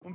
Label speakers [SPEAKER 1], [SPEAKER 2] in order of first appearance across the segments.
[SPEAKER 1] When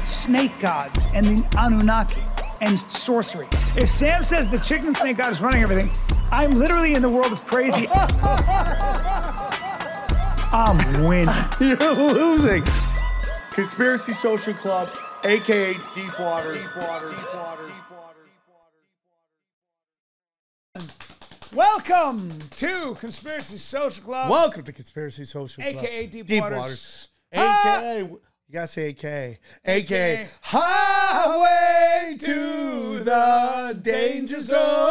[SPEAKER 2] snake gods and the Anunnaki and sorcery. If Sam says the chicken and snake god is running everything, I'm literally in the world of crazy. I'm winning.
[SPEAKER 1] You're losing. Conspiracy Social Club, aka Deep Waters. Deep Waters. Deep Waters.
[SPEAKER 2] Welcome to Conspiracy Social Club.
[SPEAKER 3] Welcome to Conspiracy Social Club.
[SPEAKER 2] AKA Deep Waters.
[SPEAKER 3] AKA, you gotta say AKA. AKA, Highway to the Danger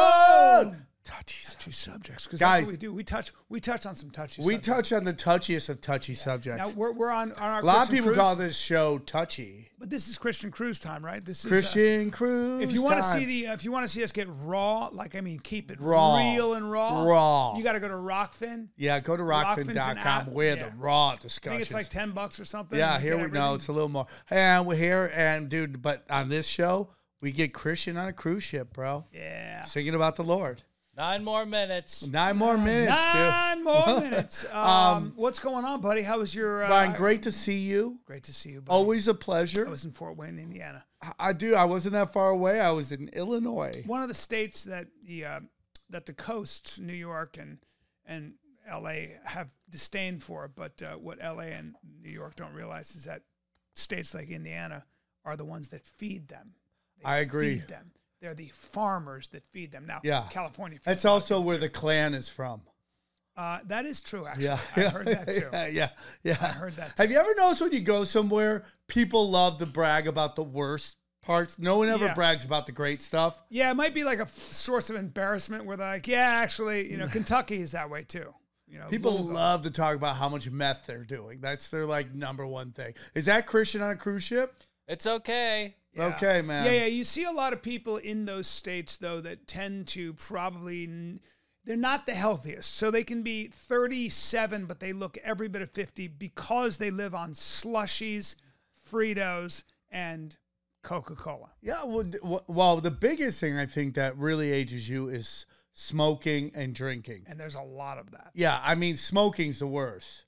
[SPEAKER 3] Zone.
[SPEAKER 2] touchy, touchy subjects. Because
[SPEAKER 3] Guys.
[SPEAKER 2] that's what we do. We touch. We touch on some touchy.
[SPEAKER 3] We
[SPEAKER 2] subjects.
[SPEAKER 3] touch on the touchiest of touchy subjects.
[SPEAKER 2] Now we're, we're on on our.
[SPEAKER 3] A lot of
[SPEAKER 2] Christian
[SPEAKER 3] people
[SPEAKER 2] cruise,
[SPEAKER 3] call this show touchy.
[SPEAKER 2] But this is Christian Cruise time, right? This is uh,
[SPEAKER 3] Christian Cruise.
[SPEAKER 2] if you want to
[SPEAKER 3] time.
[SPEAKER 2] see the, if you want to see us get raw, like I mean, keep it
[SPEAKER 3] Raw.
[SPEAKER 2] real and raw,
[SPEAKER 3] Raw.
[SPEAKER 2] You got to go to Rockfin.
[SPEAKER 3] Yeah, go to
[SPEAKER 2] Rockfin's an app.
[SPEAKER 3] rockfin.com. We're
[SPEAKER 2] Yeah.
[SPEAKER 3] the raw
[SPEAKER 2] I
[SPEAKER 3] discussion.
[SPEAKER 2] think it's like ten bucks or something.
[SPEAKER 3] Yeah,
[SPEAKER 2] You
[SPEAKER 3] here
[SPEAKER 2] get
[SPEAKER 3] we know
[SPEAKER 2] everything.
[SPEAKER 3] it's a little more. And we're here, and dude, but on this show, we get Christian on a cruise ship, bro,
[SPEAKER 2] Yeah.
[SPEAKER 3] singing about the Lord.
[SPEAKER 4] Nine more minutes.
[SPEAKER 3] Nine more minutes, dude.
[SPEAKER 2] Nine more minutes. Um, what's going on, buddy? How was your? Uh,
[SPEAKER 3] Ryan, great Oh. to see you.
[SPEAKER 2] Great to see you. Buddy.
[SPEAKER 3] Always a pleasure.
[SPEAKER 2] I was in Fort Wayne, Indiana.
[SPEAKER 3] I, I do. I wasn't that far away. I was in Illinois.
[SPEAKER 2] one of the states that the uh, that the coasts, New York and and L.A. have disdain for, but uh, what L.A. and New York don't realize is that states like Indiana are the ones that feed them. They
[SPEAKER 3] I agree.
[SPEAKER 2] Feed them. They're the farmers that feed them. Now,
[SPEAKER 3] Yeah.
[SPEAKER 2] California. Feeds
[SPEAKER 3] That's also where the clan is from.
[SPEAKER 2] uh, that is true. Actually,
[SPEAKER 3] Yeah,
[SPEAKER 2] I heard that too.
[SPEAKER 3] yeah, yeah, yeah. I
[SPEAKER 2] heard that
[SPEAKER 3] Have you ever noticed when you go somewhere, people love to brag about the worst parts? No one ever
[SPEAKER 2] Yeah.
[SPEAKER 3] brags about the great stuff.
[SPEAKER 2] Yeah, it might be like a f- source of embarrassment where they're like, yeah, actually, you know, Kentucky is that way too. You know,
[SPEAKER 3] People
[SPEAKER 2] Louisville.
[SPEAKER 3] love to talk about how much meth they're doing. That's their like number one thing. Is that Christian on a cruise ship?
[SPEAKER 4] It's okay.
[SPEAKER 2] Yeah.
[SPEAKER 3] Okay, man.
[SPEAKER 2] Yeah, yeah. You see a lot of people in those states though that tend to probably n- they're not the healthiest. So they can be 37, but they look every bit of 50 because they live on slushies, Fritos, and Coca-Cola.
[SPEAKER 3] Yeah, well, d- w- well, the biggest thing I think that really ages you is smoking and drinking.
[SPEAKER 2] And there's a lot of that.
[SPEAKER 3] Yeah, I mean, smoking's the worst.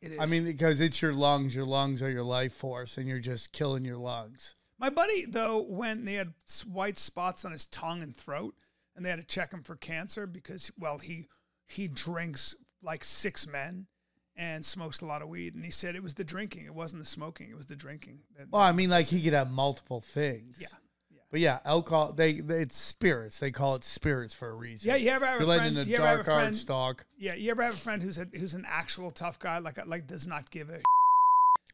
[SPEAKER 2] It is.
[SPEAKER 3] I mean, because it's your lungs. Your lungs are your life force, and you're just killing your lungs.
[SPEAKER 2] my buddy though, when they had s- white spots on his tongue and throat, and they had to check him for cancer because well, he he drinks like six men. And smokes a lot of weed, and he said it was the drinking. It wasn't the smoking. It was the drinking. that-
[SPEAKER 3] Well, I mean, like he could have multiple things.
[SPEAKER 2] Yeah.
[SPEAKER 3] But yeah, alcohol. They, they it's spirits. They call it spirits for a reason.
[SPEAKER 2] Yeah, you ever have a
[SPEAKER 3] You're letting
[SPEAKER 2] friend-
[SPEAKER 3] the
[SPEAKER 2] you ever have
[SPEAKER 3] dark
[SPEAKER 2] a friend-
[SPEAKER 3] arts talk.
[SPEAKER 2] Yeah, you ever have a friend who's a, who's an actual tough guy, like like does not give a.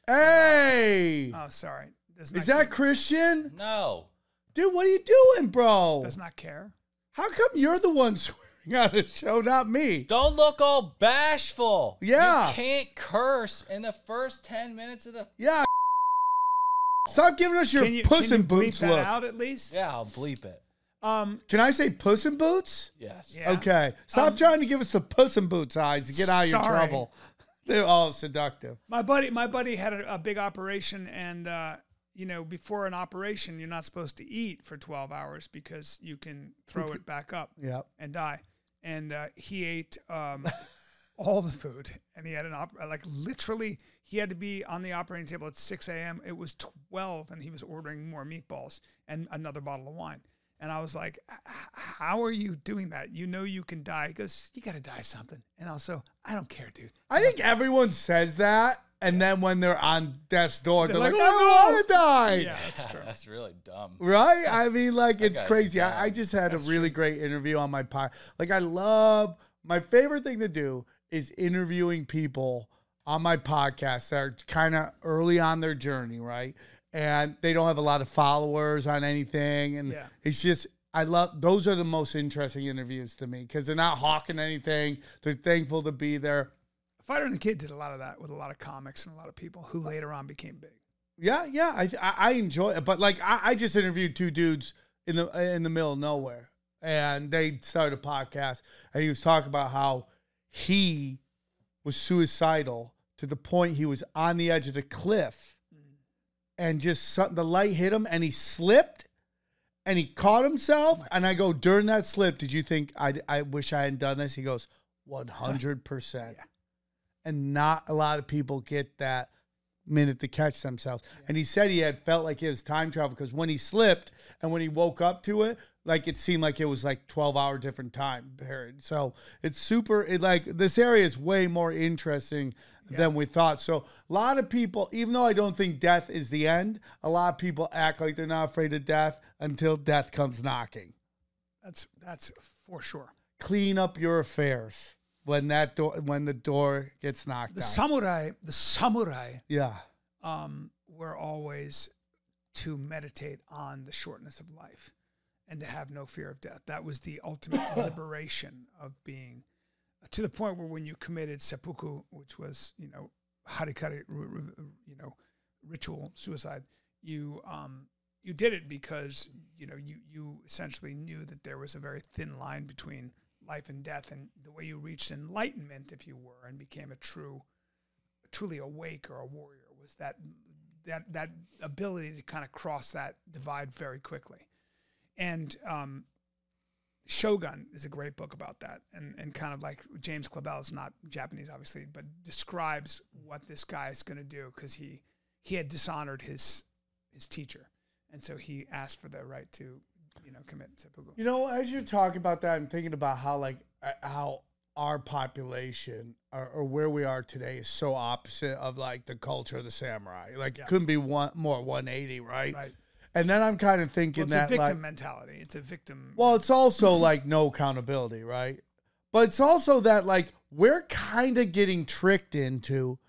[SPEAKER 3] Hey,
[SPEAKER 2] Oh, sorry, does not
[SPEAKER 3] is that
[SPEAKER 2] give-
[SPEAKER 3] Christian?
[SPEAKER 4] No.
[SPEAKER 3] Dude, what are you doing, bro?
[SPEAKER 2] does not care?
[SPEAKER 3] How come you're the one swearing on the show, not me?
[SPEAKER 4] Don't look all bashful.
[SPEAKER 3] Yeah.
[SPEAKER 4] You can't curse in the first 10 minutes of the.
[SPEAKER 3] Yeah. Stop giving us your
[SPEAKER 2] Can you,
[SPEAKER 3] puss
[SPEAKER 2] can
[SPEAKER 3] in
[SPEAKER 2] you bleep
[SPEAKER 3] boots
[SPEAKER 2] that
[SPEAKER 3] look.
[SPEAKER 2] out at least.
[SPEAKER 4] Yeah, I'll bleep it.
[SPEAKER 2] Um,
[SPEAKER 3] Can I say puss in boots?
[SPEAKER 4] Yes.
[SPEAKER 2] yeah.
[SPEAKER 3] Okay. Stop
[SPEAKER 2] Um,
[SPEAKER 3] trying to give us the puss in boots eyes to get out of your
[SPEAKER 2] Sorry.
[SPEAKER 3] trouble. They're all seductive.
[SPEAKER 2] My buddy, my buddy had a, a big operation, and uh, you know, before an operation, you're not supposed to eat for 12 hours because you can throw it back up
[SPEAKER 3] Yep.
[SPEAKER 2] and die. And uh, he ate um, all the food, and he had an op- like literally, he had to be on the operating table at 6 a.m. It was 12, and he was ordering more meatballs and another bottle of wine. And I was like, "H- "How are you doing that? You know you can die." He goes, "You got to die something." And also, I don't care, dude.
[SPEAKER 3] I think everyone says that, and then when they're on death's door, they're, like,
[SPEAKER 2] They're like,
[SPEAKER 3] I
[SPEAKER 2] "Oh, no."
[SPEAKER 3] want to die.
[SPEAKER 2] Yeah, that's true.
[SPEAKER 4] That's really dumb.
[SPEAKER 3] Right? I mean, like, it's
[SPEAKER 4] guy's
[SPEAKER 3] crazy. I, I just had a really great interview on my pod. Like, I love my favorite thing to do is interviewing people on my podcast that are kind of early on their journey, right? And they don't have a lot of followers on anything. And
[SPEAKER 2] Yeah.
[SPEAKER 3] it's just, I love those are the most interesting interviews to me because they're not hawking anything. They're thankful to be there.
[SPEAKER 2] Fighter and the Kid did a lot of that with a lot of comics and a lot of people who later on became big.
[SPEAKER 3] Yeah, yeah, I I, I enjoy it, but like I, I just interviewed two dudes in the in the middle of nowhere, and they started a podcast, and he was talking about how he was suicidal to the point he was on the edge of the cliff, and just some, the light hit him, and he slipped, and he caught himself, and I go during that slip, did you think I I wish I hadn't done this? He goes one hundred percent, and not a lot of people get that minute to catch themselves. And he said he had felt like it was time travel because when he slipped and when he woke up to it, like it seemed like it was like 12 hour different time period. So it's super, it like this area is way more interesting than we thought. So a lot of people, even though I don't think death is the end, a lot of people act like they're not afraid of death until death comes knocking.
[SPEAKER 2] That's that's for sure.
[SPEAKER 3] Clean up your affairs when that door, when the door gets knocked
[SPEAKER 2] The
[SPEAKER 3] down.
[SPEAKER 2] samurai, the samurai,
[SPEAKER 3] yeah.
[SPEAKER 2] um, were always to meditate on the shortness of life and to have no fear of death. That was the ultimate liberation of being to the point where when you committed seppuku, which was you know harikari, ru- ru- you know ritual suicide, you um, you did it because you know you you essentially knew that there was a very thin line between life and death, and the way you reached enlightenment, if you were, and became a true truly awake or a warrior was that that that ability to kind of cross that divide very quickly. And um, Shogun is a great book about that, and and kind of like James Clavell is not Japanese, obviously, but describes what this guy is going to do because he he had dishonored his his teacher, and so he asked for the right to you know commit seppuku.
[SPEAKER 3] You know, as you're talking about that, I'm thinking about how like uh, how our population or, or where we are today is so opposite of like the culture of the samurai. Like it couldn't be one more 180, right?
[SPEAKER 2] Right.
[SPEAKER 3] And then I'm kind of
[SPEAKER 2] Well,
[SPEAKER 3] thinking
[SPEAKER 2] it's a
[SPEAKER 3] that
[SPEAKER 2] victim
[SPEAKER 3] like
[SPEAKER 2] mentality. It's a victim.
[SPEAKER 3] well, it's also like no accountability, right? But it's also that like we're kind of getting tricked into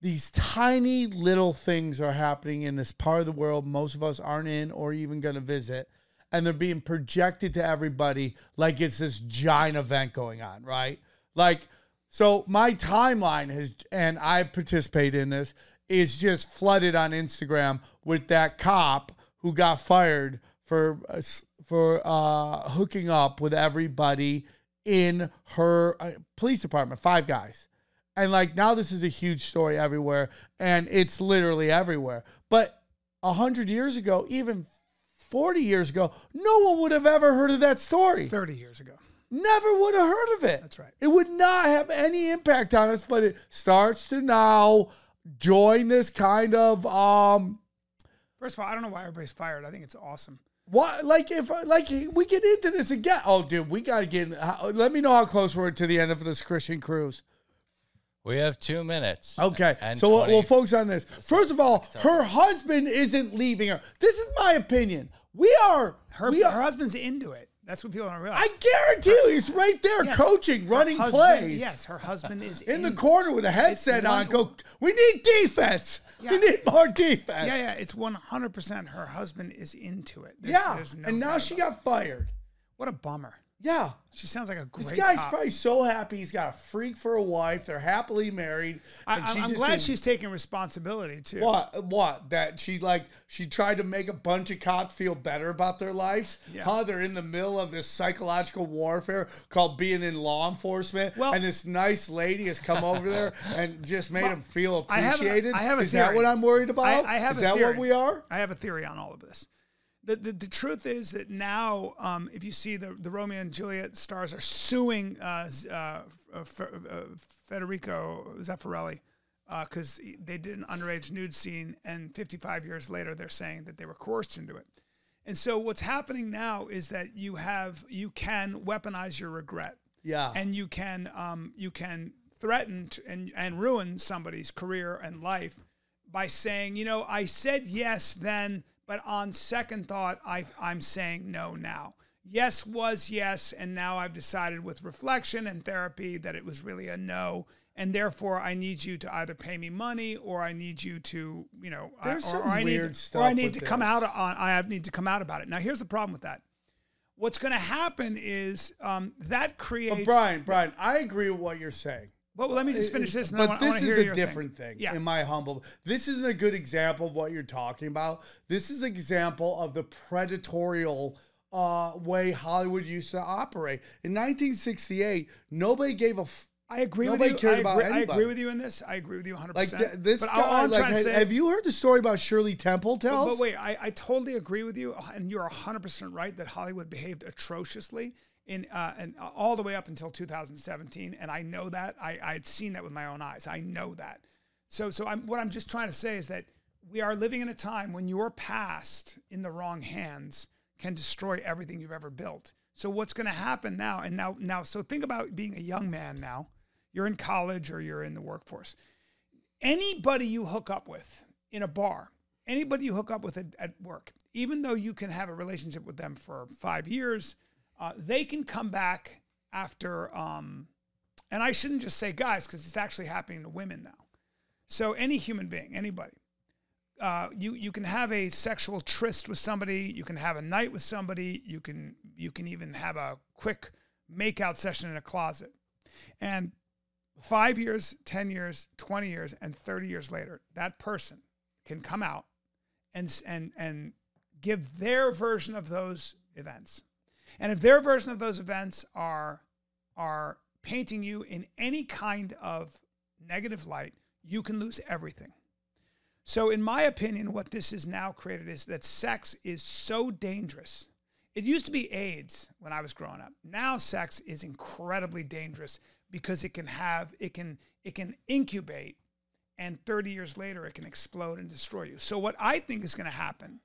[SPEAKER 3] these tiny little things are happening in this part of the world most of us aren't in or even going to visit and they're being projected to everybody like it's this giant event going on, right? Like so my timeline has and I participate in this is just flooded on Instagram with that cop who got fired for uh, s- for uh, hooking up with everybody in her uh, police department, five guys. And like now this is a huge story everywhere and it's literally everywhere. But a 100 years ago, even 40 years ago, no one would have ever heard of that story.
[SPEAKER 2] Thirty years ago,
[SPEAKER 3] Never would have heard of it.
[SPEAKER 2] That's right.
[SPEAKER 3] It would not have any impact on us, but it starts to now join this kind of um
[SPEAKER 2] first of all, I don't know why everybody's fired. I think it's awesome.
[SPEAKER 3] What like if like we get into this again? Oh, dude, we gotta get. how- Let me know how close we're to the end of this Christian cruise.
[SPEAKER 4] We have two minutes.
[SPEAKER 3] Okay,
[SPEAKER 4] And
[SPEAKER 3] so we'll,
[SPEAKER 4] 20
[SPEAKER 3] we'll focus on this. First of all, her husband isn't leaving her. This is my opinion. We are.
[SPEAKER 2] Her,
[SPEAKER 3] we
[SPEAKER 2] her
[SPEAKER 3] are.
[SPEAKER 2] husband's into it. That's what people don't realize.
[SPEAKER 3] I guarantee you, he's right there,
[SPEAKER 2] Yes.
[SPEAKER 3] coaching,
[SPEAKER 2] Her
[SPEAKER 3] running
[SPEAKER 2] husband-
[SPEAKER 3] plays.
[SPEAKER 2] Yes, her husband is
[SPEAKER 3] In the corner with a headset on,
[SPEAKER 2] one-
[SPEAKER 3] go. We need defense.
[SPEAKER 2] Yeah.
[SPEAKER 3] We need more defense.
[SPEAKER 2] Yeah, yeah, it's one hundred percent. Her husband is into it. There's,
[SPEAKER 3] Yeah,
[SPEAKER 2] there's no
[SPEAKER 3] and now
[SPEAKER 2] doubt
[SPEAKER 3] she
[SPEAKER 2] about
[SPEAKER 3] got fired.
[SPEAKER 2] it. what a bummer.
[SPEAKER 3] Yeah,
[SPEAKER 2] She sounds like a great.
[SPEAKER 3] This guy's
[SPEAKER 2] cop.
[SPEAKER 3] probably so happy he's got a freak for a wife. They're happily married.
[SPEAKER 2] I,
[SPEAKER 3] and
[SPEAKER 2] I'm,
[SPEAKER 3] she's
[SPEAKER 2] I'm
[SPEAKER 3] just
[SPEAKER 2] glad
[SPEAKER 3] doing-
[SPEAKER 2] she's taking responsibility too.
[SPEAKER 3] What? What? That she like she tried to make a bunch of cops feel better about their lives.
[SPEAKER 2] Yeah.
[SPEAKER 3] Huh? They're in the middle of this psychological warfare called being in law enforcement.
[SPEAKER 2] Well-
[SPEAKER 3] and this nice lady has come over there and just made him feel
[SPEAKER 2] I have an-
[SPEAKER 3] appreciated.
[SPEAKER 2] I have a
[SPEAKER 3] Is that
[SPEAKER 2] theory.
[SPEAKER 3] what I'm worried
[SPEAKER 2] I,
[SPEAKER 3] about?
[SPEAKER 2] I have
[SPEAKER 3] Is
[SPEAKER 2] a
[SPEAKER 3] that
[SPEAKER 2] theory.
[SPEAKER 3] what we are?
[SPEAKER 2] I have a theory on all of this. The, the, the truth is that now, um, if you see the, the Romeo and Juliet stars are suing uh, Z- uh, F- uh, Federico Zeffirelli because they did an underage nude scene, and 55 years later, they're saying that they were coerced into it. And so, what's happening now is that you have you can weaponize your regret
[SPEAKER 3] Yeah.
[SPEAKER 2] and you can um, you can threaten to, and and ruin somebody's career and life by saying, you know, I said yes then, but on second thought, I I'm saying no now. Yes was yes, and now I've decided with reflection and therapy that it was really a no, and therefore I need you to either pay me money or I need you to, you know, I-
[SPEAKER 3] There's
[SPEAKER 2] or,
[SPEAKER 3] some
[SPEAKER 2] or I
[SPEAKER 3] weird
[SPEAKER 2] need,
[SPEAKER 3] stuff
[SPEAKER 2] or I need
[SPEAKER 3] with
[SPEAKER 2] to come
[SPEAKER 3] this.
[SPEAKER 2] out on I have- need to come out about it. Now here's the problem with that. What's going to happen is um, that creates
[SPEAKER 3] Brian, Brian, I agree with what you're saying.
[SPEAKER 2] Well, let me just finish this. And then I
[SPEAKER 3] but
[SPEAKER 2] wanna- I
[SPEAKER 3] this
[SPEAKER 2] wanna
[SPEAKER 3] is
[SPEAKER 2] hear
[SPEAKER 3] a
[SPEAKER 2] your
[SPEAKER 3] different thing,
[SPEAKER 2] Yeah.
[SPEAKER 3] in my humble this isn't a good example of what you're talking about this is an example of the predatorial uh, way hollywood used to operate in 1968 nobody gave a f-
[SPEAKER 2] I agree
[SPEAKER 3] Nobody
[SPEAKER 2] with you.
[SPEAKER 3] cared
[SPEAKER 2] I,
[SPEAKER 3] about
[SPEAKER 2] agree, I
[SPEAKER 3] anybody.
[SPEAKER 2] agree with you in this. I agree with you 100%.
[SPEAKER 3] like th- this
[SPEAKER 2] but all- all
[SPEAKER 3] guy
[SPEAKER 2] I'm
[SPEAKER 3] like
[SPEAKER 2] trying to
[SPEAKER 3] ha-
[SPEAKER 2] say-
[SPEAKER 3] have you heard the story about shirley temple tells
[SPEAKER 2] But wait, I, I totally agree with you, and you're 100% right that Hollywood behaved atrociously in uh, and all the way up until 2017, and I know that. I I had seen that with my own eyes. I know that. So so I'm what I'm just trying to say is that we are living in a time when your past in the wrong hands can destroy everything you've ever built. So what's going to happen now? And now now so think about being a young man now. You're in college or you're in the workforce anybody you hook up with in a bar, anybody you hook up with at, at work, even though you can have a relationship with them for five years, uh, they can come back after. Um, and I shouldn't just say guys because it's actually happening to women now. So any human being, anybody, uh, you you can have a sexual tryst with somebody, you can have a night with somebody, you can you can even have a quick makeout session in a closet, and five years, 10 years, 20 years, and 30 years later, that person can come out and, s- and, and give their version of those events. And if their version of those events are, are painting you in any kind of negative light, you can lose everything. So, in my opinion, what this is now created is that sex is so dangerous. It used to be AIDS when I was growing up. Now, sex is incredibly dangerous because it can have it can it can incubate, and 30 years later, it can explode and destroy you. So, what I think is going to happen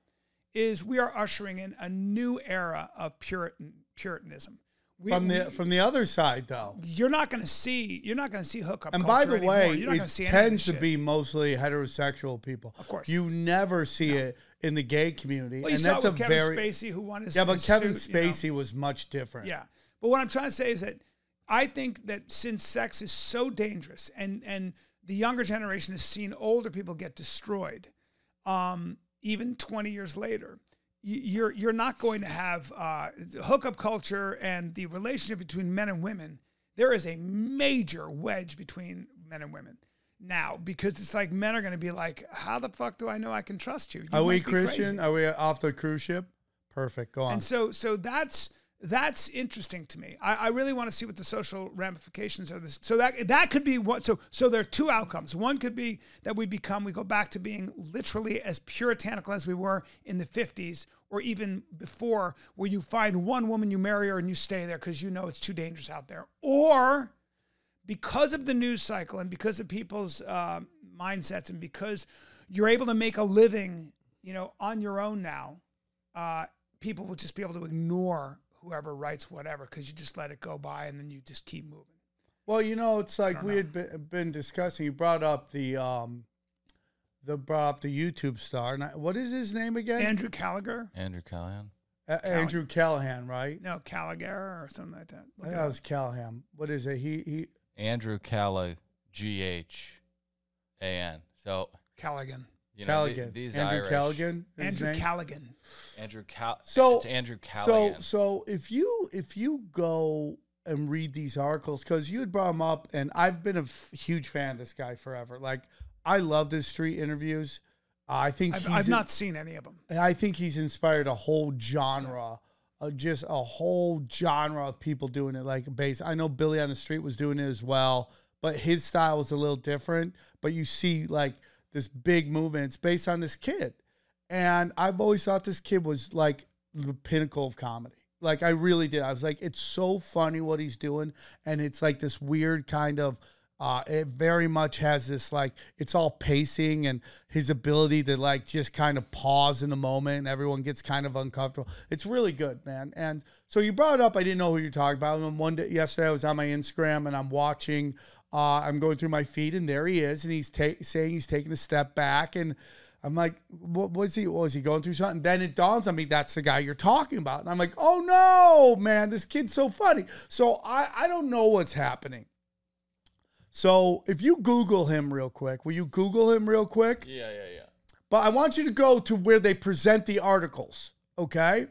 [SPEAKER 2] is we are ushering in a new era of Puritan Puritanism. We,
[SPEAKER 3] from
[SPEAKER 2] we-
[SPEAKER 3] the from the other side though
[SPEAKER 2] you're not going to see you're not going to see hookup.
[SPEAKER 3] and by
[SPEAKER 2] culture
[SPEAKER 3] the
[SPEAKER 2] anymore.
[SPEAKER 3] way,
[SPEAKER 2] you're not
[SPEAKER 3] it
[SPEAKER 2] gonna see any of this
[SPEAKER 3] tends to
[SPEAKER 2] shit.
[SPEAKER 3] be mostly heterosexual people. Of
[SPEAKER 2] course.
[SPEAKER 3] you never see it in the gay community,
[SPEAKER 2] Well, you
[SPEAKER 3] and
[SPEAKER 2] saw it
[SPEAKER 3] that's a
[SPEAKER 2] with Kevin
[SPEAKER 3] very
[SPEAKER 2] Spacey who won his
[SPEAKER 3] yeah. But
[SPEAKER 2] his
[SPEAKER 3] Kevin
[SPEAKER 2] suit, you know?
[SPEAKER 3] Spacey was much different.
[SPEAKER 2] Yeah. But what I'm trying to say is that I think that since sex is so dangerous and and the younger generation has seen older people get destroyed, um, even 20 years later, y- you're you're not going to have uh, hookup culture and the relationship between men and women. There is a major wedge between men and women now because it's like men are going to be like, how the fuck do I know I can trust you? You
[SPEAKER 3] Are we
[SPEAKER 2] might be crazy."
[SPEAKER 3] Christian? Are we off the cruise ship? Perfect. Go on.
[SPEAKER 2] And so so that's that's interesting to me. I, I really want to see what the social ramifications of this. So that that could be what. So so there are two outcomes. One could be that we become we go back to being literally as puritanical as we were in the fifties or even before, where you find one woman you marry her and you stay there because you know it's too dangerous out there. Or because of the news cycle and because of people's uh, mindsets and because you're able to make a living, you know, on your own now, uh, people will just be able to ignore whoever writes whatever because you just let it go by and then you just keep moving.
[SPEAKER 3] well, you know, it's like we had been, been discussing. You brought up the um, the brought up the YouTube star. And I, what is his name again?
[SPEAKER 2] Andrew Callagher?
[SPEAKER 4] Andrew Callahan.
[SPEAKER 3] A- Andrew Callahan, right?
[SPEAKER 2] No, Callagher or something like that.
[SPEAKER 3] I
[SPEAKER 2] Look
[SPEAKER 3] think
[SPEAKER 2] it
[SPEAKER 3] that
[SPEAKER 2] up.
[SPEAKER 3] was Callahan. What is it? He he.
[SPEAKER 4] Andrew Calla, G H A N. So
[SPEAKER 2] Callaghan.
[SPEAKER 4] you know the-
[SPEAKER 3] Callaghan.
[SPEAKER 4] these
[SPEAKER 3] Andrew
[SPEAKER 4] Irish.
[SPEAKER 3] Callaghan. is his
[SPEAKER 2] Andrew
[SPEAKER 3] name?
[SPEAKER 2] Callaghan.
[SPEAKER 4] Andrew Cal.
[SPEAKER 3] So-
[SPEAKER 4] it's Andrew
[SPEAKER 3] So
[SPEAKER 4] Callahan.
[SPEAKER 3] so if you if you go and read these articles because you had brought them up, and I've been a f- huge fan of this guy forever. Like I love his street interviews. I think
[SPEAKER 2] I've,
[SPEAKER 3] he's
[SPEAKER 2] I've
[SPEAKER 3] in-
[SPEAKER 2] not seen any of them.
[SPEAKER 3] I think he's inspired a whole genre, uh, just a whole genre of people doing it. Like bass. I know Billy on the Street was doing it as well, but his style was a little different. But you see like this big movement. It's based on this kid, and I've always thought this kid was like the pinnacle of comedy. Like I really did. I was like, it's so funny what he's doing, and it's like this weird kind of. Uh, it very much has this like it's all pacing and his ability to like just kind of pause in the moment and everyone gets kind of uncomfortable. It's really good, man. And so you brought it up. I didn't know who you're talking about. And then one day yesterday I was on my Instagram and I'm watching. Uh, I'm going through my feed and there he is and he's ta- saying he's taking a step back and I'm like, what was he? Was he going through something? Then it dawns on me that's the guy you're talking about, and I'm like, oh no, man, this kid's so funny. So I I don't know what's happening. So if you Google him real quick, will you Google him real quick?
[SPEAKER 4] yeah, yeah, yeah.
[SPEAKER 3] But I want you to go to where they present the articles, okay?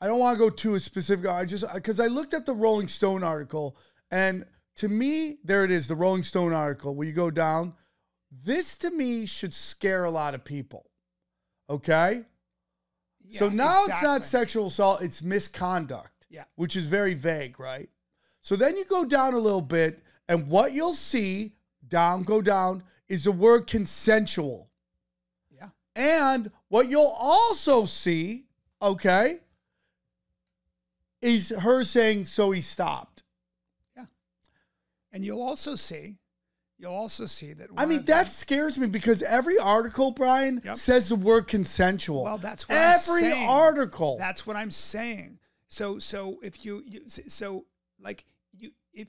[SPEAKER 3] I don't want to go too specific. I just because I looked at the Rolling Stone article and to me, there it is, the Rolling Stone article where you go down. This to me should scare a lot of people. Okay? so
[SPEAKER 2] Yeah,
[SPEAKER 3] now it's not
[SPEAKER 2] exactly.
[SPEAKER 3] sexual assault, it's misconduct.
[SPEAKER 2] Yeah.
[SPEAKER 3] Which is very vague, right? So then you go down a little bit, and what you'll see, down, go down, is the word consensual.
[SPEAKER 2] Yeah.
[SPEAKER 3] And what you'll also see, okay, is her saying, so he stopped.
[SPEAKER 2] And you'll also see, you'll also see that.
[SPEAKER 3] I
[SPEAKER 2] one
[SPEAKER 3] mean,
[SPEAKER 2] of the-
[SPEAKER 3] that scares me because every article, Brian,
[SPEAKER 2] Yep.
[SPEAKER 3] says the word consensual.
[SPEAKER 2] Well, that's what I'm
[SPEAKER 3] every
[SPEAKER 2] saying.
[SPEAKER 3] article.
[SPEAKER 2] That's what I'm saying. So, so if you, you so like you, if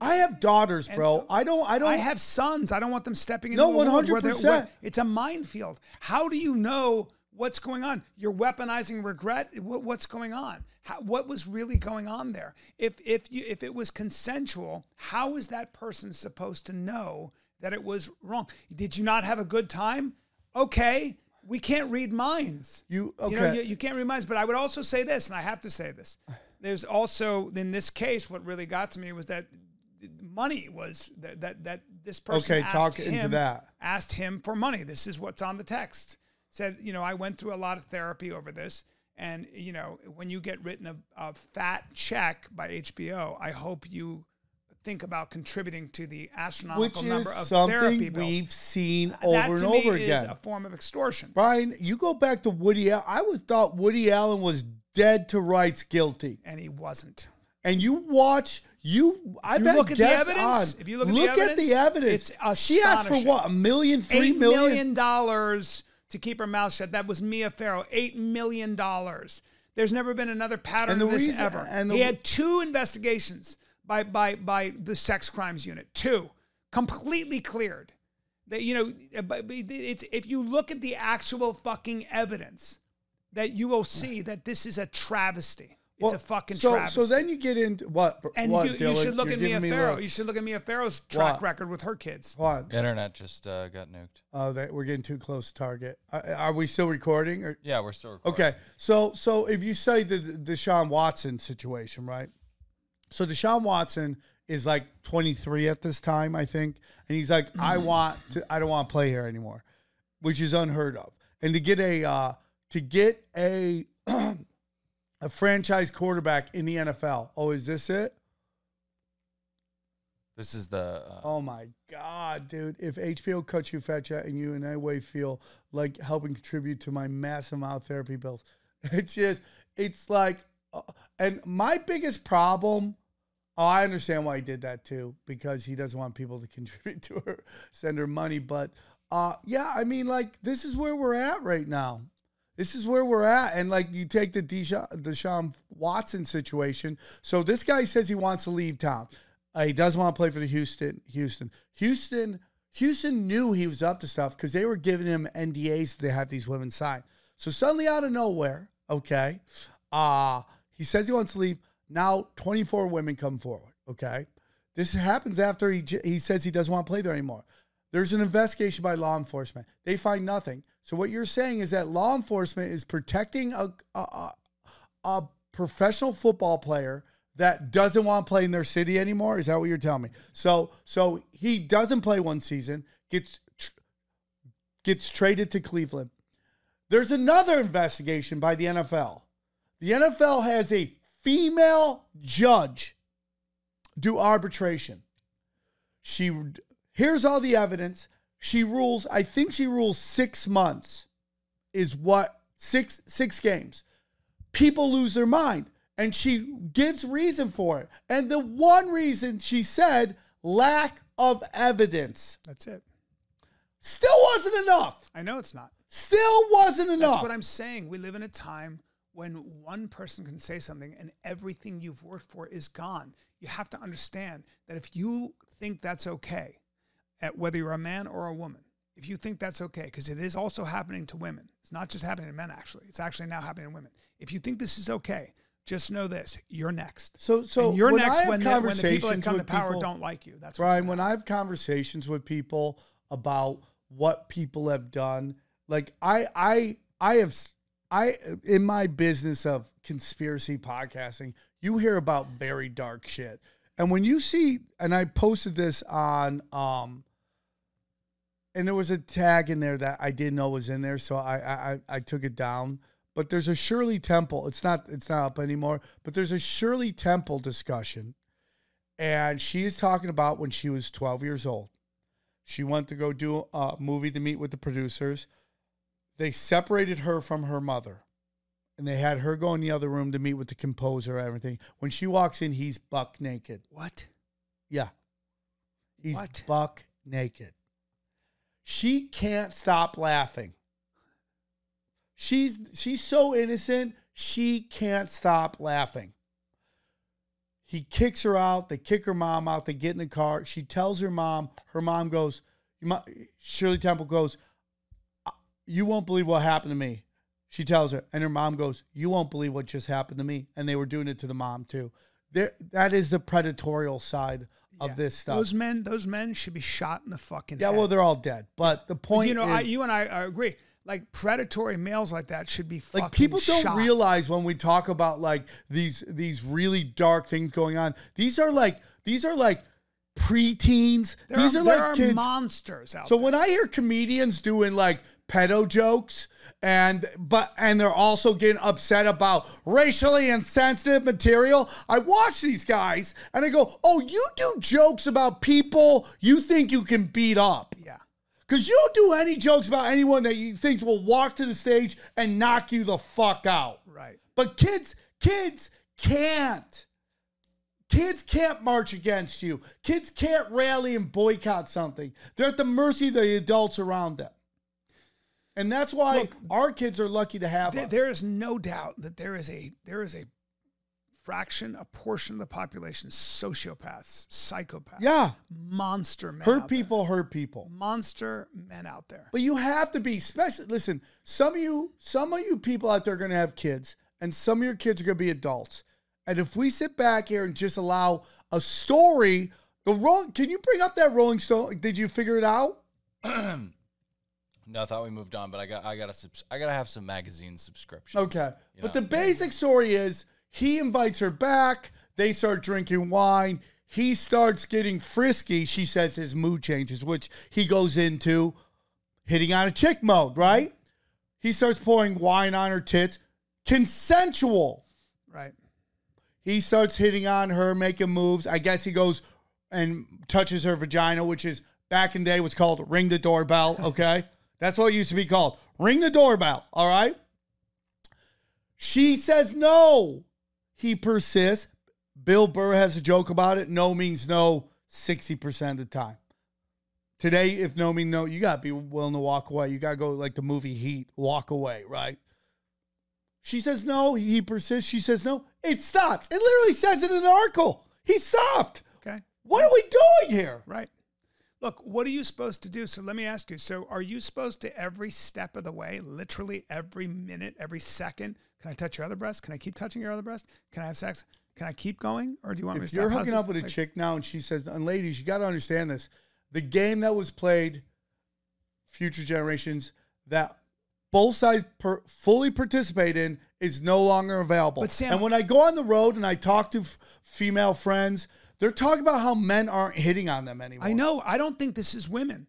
[SPEAKER 3] I have daughters,
[SPEAKER 2] And-
[SPEAKER 3] bro. I don't. I don't.
[SPEAKER 2] I have sons. I don't want them stepping into
[SPEAKER 3] No,
[SPEAKER 2] a world where they're-
[SPEAKER 3] 100%.
[SPEAKER 2] where- It's a minefield. How do you know what's going on? You're weaponizing regret. What, what's going on? How, what was really going on there? If if you if it was consensual, how is that person supposed to know that it was wrong? Did you not have a good time? Okay, we can't read minds.
[SPEAKER 3] you okay?
[SPEAKER 2] You know, you, you can't read minds. But I would also say this, and I have to say this. There's also in this case, what really got to me was that money was that that, that this person
[SPEAKER 3] Okay,
[SPEAKER 2] asked
[SPEAKER 3] talk
[SPEAKER 2] him,
[SPEAKER 3] into that.
[SPEAKER 2] asked him for money. This is what's on the text. Said, you know, I went through a lot of therapy over this, and you know, when you get written a, a fat check by HBO, I hope you think about contributing to the astronomical
[SPEAKER 3] Which is
[SPEAKER 2] number of therapy
[SPEAKER 3] something
[SPEAKER 2] bills.
[SPEAKER 3] we've seen
[SPEAKER 2] that
[SPEAKER 3] over and
[SPEAKER 2] to
[SPEAKER 3] over
[SPEAKER 2] me
[SPEAKER 3] again.
[SPEAKER 2] is a form of extortion.
[SPEAKER 3] Brian, you go back to Woody. Allen. I would thought Woody Allen was dead to rights, guilty.
[SPEAKER 2] And he wasn't.
[SPEAKER 3] And you watch you. I've
[SPEAKER 2] you
[SPEAKER 3] had
[SPEAKER 2] look at the
[SPEAKER 3] guests
[SPEAKER 2] evidence-
[SPEAKER 3] on.
[SPEAKER 2] if you look at the evidence,
[SPEAKER 3] evidence,
[SPEAKER 2] it's
[SPEAKER 3] she asked for
[SPEAKER 2] astonishing.
[SPEAKER 3] what a million, three
[SPEAKER 2] Eight
[SPEAKER 3] million.
[SPEAKER 2] million dollars to keep her mouth shut. That was Mia Farrow. Eight million dollars. There's never been another pattern
[SPEAKER 3] And the
[SPEAKER 2] of this
[SPEAKER 3] reason-
[SPEAKER 2] ever.
[SPEAKER 3] and
[SPEAKER 2] And
[SPEAKER 3] the-
[SPEAKER 2] he had two investigations by by by the sex crimes unit. Two completely cleared. That you know, uh, but but it's if you look at the actual fucking evidence, that you will see that this is a travesty. It's
[SPEAKER 3] Well,
[SPEAKER 2] a fucking
[SPEAKER 3] so,
[SPEAKER 2] travesty.
[SPEAKER 3] So then you get into what?
[SPEAKER 2] and
[SPEAKER 3] what,
[SPEAKER 2] you, you
[SPEAKER 3] Dylan?
[SPEAKER 2] should look
[SPEAKER 3] You're
[SPEAKER 2] at Mia
[SPEAKER 3] giving me
[SPEAKER 2] Farrow.
[SPEAKER 3] looks.
[SPEAKER 2] You should look at Mia Farrow's track
[SPEAKER 3] What?
[SPEAKER 2] record with her kids.
[SPEAKER 3] What?
[SPEAKER 4] Internet just uh, got nuked.
[SPEAKER 3] Oh, that we're getting too close to target. Are, are we still recording? Or,
[SPEAKER 4] Yeah, we're still recording.
[SPEAKER 3] okay, so so if you say the the Deshaun Watson situation, right? So Deshaun Watson is like 23 at this time, I think, and he's like, I want to, I don't want to play here anymore, which is unheard of. And to get a uh, to get a a franchise quarterback in the NFL. Oh, is this it?
[SPEAKER 4] This is the uh,
[SPEAKER 3] Oh my God, dude. If HBO cuts you fat chat and you in any way feel like helping contribute to my massive amount of therapy bills, it's just, it's like, uh, and my biggest problem, oh, I understand why he did that too, because he doesn't want people to contribute to her, send her money. But uh, yeah, I mean, like, this is where we're at right now. This is where we're at. And like, you take the Desha- Deshaun Watson situation. So this guy says he wants to leave town. Uh, he doesn't want to play for the Houston. Houston. Houston. Houston knew he was up to stuff because they were giving him NDAs that they had these women sign. So suddenly, out of nowhere, okay, uh, he says he wants to leave. Now, 24 women come forward. Okay, this happens after he j- he says he doesn't want to play there anymore. There's an investigation by law enforcement. They find nothing. So what you're saying is that law enforcement is protecting a a, a, a professional football player that doesn't want to play in their city anymore. Is that what you're telling me? So so he doesn't play one season, gets tr- gets traded to Cleveland. There's another investigation by the NFL. The NFL has a female judge do arbitration. She here's all the evidence. She rules. I think she rules six months, is what six six games. People lose their mind, and she gives reason for it. And the one reason she said lack of evidence
[SPEAKER 2] That's it.
[SPEAKER 3] still wasn't enough.
[SPEAKER 2] I know it's not.
[SPEAKER 3] Still wasn't enough.
[SPEAKER 2] That's what I'm saying. We live in a time when one person can say something and everything you've worked for is gone. You have to understand that if you think that's okay, at whether you're a man or a woman, if you think that's okay, because it is also happening to women, it's not just happening to men, actually, it's actually now happening to women. If you think this is okay, just know this you're next.
[SPEAKER 3] so so
[SPEAKER 2] and you're
[SPEAKER 3] when I
[SPEAKER 2] next
[SPEAKER 3] have
[SPEAKER 2] when the, when the people that
[SPEAKER 3] conversations
[SPEAKER 2] come to
[SPEAKER 3] with
[SPEAKER 2] power
[SPEAKER 3] people-
[SPEAKER 2] don't like you. That's what's
[SPEAKER 3] Brian,
[SPEAKER 2] gonna
[SPEAKER 3] when I have conversations with people about what people have done, like I, I, I have, s- I, in my business of conspiracy podcasting, you hear about very dark shit. And when you see, and I posted this on, um, and there was a tag in there that I didn't know was in there, so I I, I I took it down. But there's a Shirley Temple. It's not it's not up anymore. But there's a Shirley Temple discussion, and she is talking about when she was 12 years old. She went to go do a movie to meet with the producers. They separated her from her mother and they had her go in the other room to meet with the composer and everything. When she walks in, he's buck naked.
[SPEAKER 2] What?
[SPEAKER 3] Yeah. He's
[SPEAKER 2] What?
[SPEAKER 3] buck naked. She can't stop laughing. She's she's so innocent, she can't stop laughing. He kicks her out, they kick her mom out, they get in the car. She tells her mom, her mom goes, "Your mo- Shirley Temple goes, you won't believe what happened to me. She tells her, and her mom goes, "You won't believe what just happened to me." And they were doing it to the mom too. There, that is the predatorial side of
[SPEAKER 2] Yeah.
[SPEAKER 3] this stuff.
[SPEAKER 2] Those men, those men should be shot in the fucking
[SPEAKER 3] yeah,
[SPEAKER 2] head.
[SPEAKER 3] well, they're all dead. But the point,
[SPEAKER 2] you know, I,
[SPEAKER 3] is,
[SPEAKER 2] you and I uh, agree. Like predatory males like that should be fucking
[SPEAKER 3] like people don't
[SPEAKER 2] shot.
[SPEAKER 3] realize when we talk about like these these really dark things going on. These are like these are like preteens.
[SPEAKER 2] There
[SPEAKER 3] these
[SPEAKER 2] are,
[SPEAKER 3] are,
[SPEAKER 2] there
[SPEAKER 3] like
[SPEAKER 2] are
[SPEAKER 3] kids.
[SPEAKER 2] monsters out
[SPEAKER 3] So
[SPEAKER 2] there.
[SPEAKER 3] when I hear comedians doing like pedo jokes and but and they're also getting upset about racially insensitive material, I watch these guys and I go, "Oh, you do jokes about people you think you can beat up."
[SPEAKER 2] yeah,
[SPEAKER 3] Cuz you don't do any jokes about anyone that you think will walk to the stage and knock you the fuck out.
[SPEAKER 2] right.
[SPEAKER 3] But kids, kids can't. Kids can't march against you. Kids can't rally and boycott something. They're at the mercy of the adults around them. And that's why
[SPEAKER 2] Look,
[SPEAKER 3] our kids are lucky to have
[SPEAKER 2] There,
[SPEAKER 3] us.
[SPEAKER 2] there is no doubt that there is a there is a fraction, a portion of the population, sociopaths, psychopaths,
[SPEAKER 3] yeah.
[SPEAKER 2] monster men, out
[SPEAKER 3] Hurt
[SPEAKER 2] there.
[SPEAKER 3] people hurt people.
[SPEAKER 2] monster men out there.
[SPEAKER 3] But you have to be special. Listen, some of you, some of you people out there are going to have kids, and some of your kids are going to be adults. And if we sit back here and just allow a story, the roll. Can you bring up that Rolling Stone? Did you figure it out?
[SPEAKER 4] No, I thought we moved on, but I got I got to subs- I got to have some magazine subscriptions.
[SPEAKER 3] Okay.
[SPEAKER 4] you
[SPEAKER 3] But
[SPEAKER 4] know?
[SPEAKER 3] the basic story is he invites her back. They start drinking wine. He starts getting frisky. She says his mood changes, which he goes into hitting on a chick mode, right? He starts pouring wine on her tits, consensual.
[SPEAKER 2] Right.
[SPEAKER 3] He starts hitting on her, making moves. I guess he goes and touches her vagina, which is back in the day was called ring the doorbell. Okay. That's what it used to be called. Ring the doorbell. All right. She says no. He persists. Bill Burr has a joke about it. No means no 60% of the time. Today, if no means no, you got to be willing to walk away. You got to go like the movie Heat, walk away, right? She says no. He persists. She says no. It stops. It literally says it in an article. He stopped.
[SPEAKER 2] Okay.
[SPEAKER 3] What are we doing here?
[SPEAKER 2] Right. Look, what are you supposed to do? So let me ask you. So are you supposed to every step of the way, literally every minute, every second? Can I touch your other breast? Can I keep touching your other breast? Can I have sex? Can I keep going, or do you want me
[SPEAKER 3] If
[SPEAKER 2] to?
[SPEAKER 3] you're
[SPEAKER 2] stop? How's
[SPEAKER 3] hooking up
[SPEAKER 2] this?
[SPEAKER 3] with a
[SPEAKER 2] Like,
[SPEAKER 3] chick now and she says, and ladies, you got to understand this. The game that was played, future generations, that both sides per, fully participate in is no longer available.
[SPEAKER 2] But Sam-
[SPEAKER 3] and when I go on the road and I talk to f- female friends, they're talking about how men aren't hitting on them anymore.
[SPEAKER 2] I know. I don't think this is women.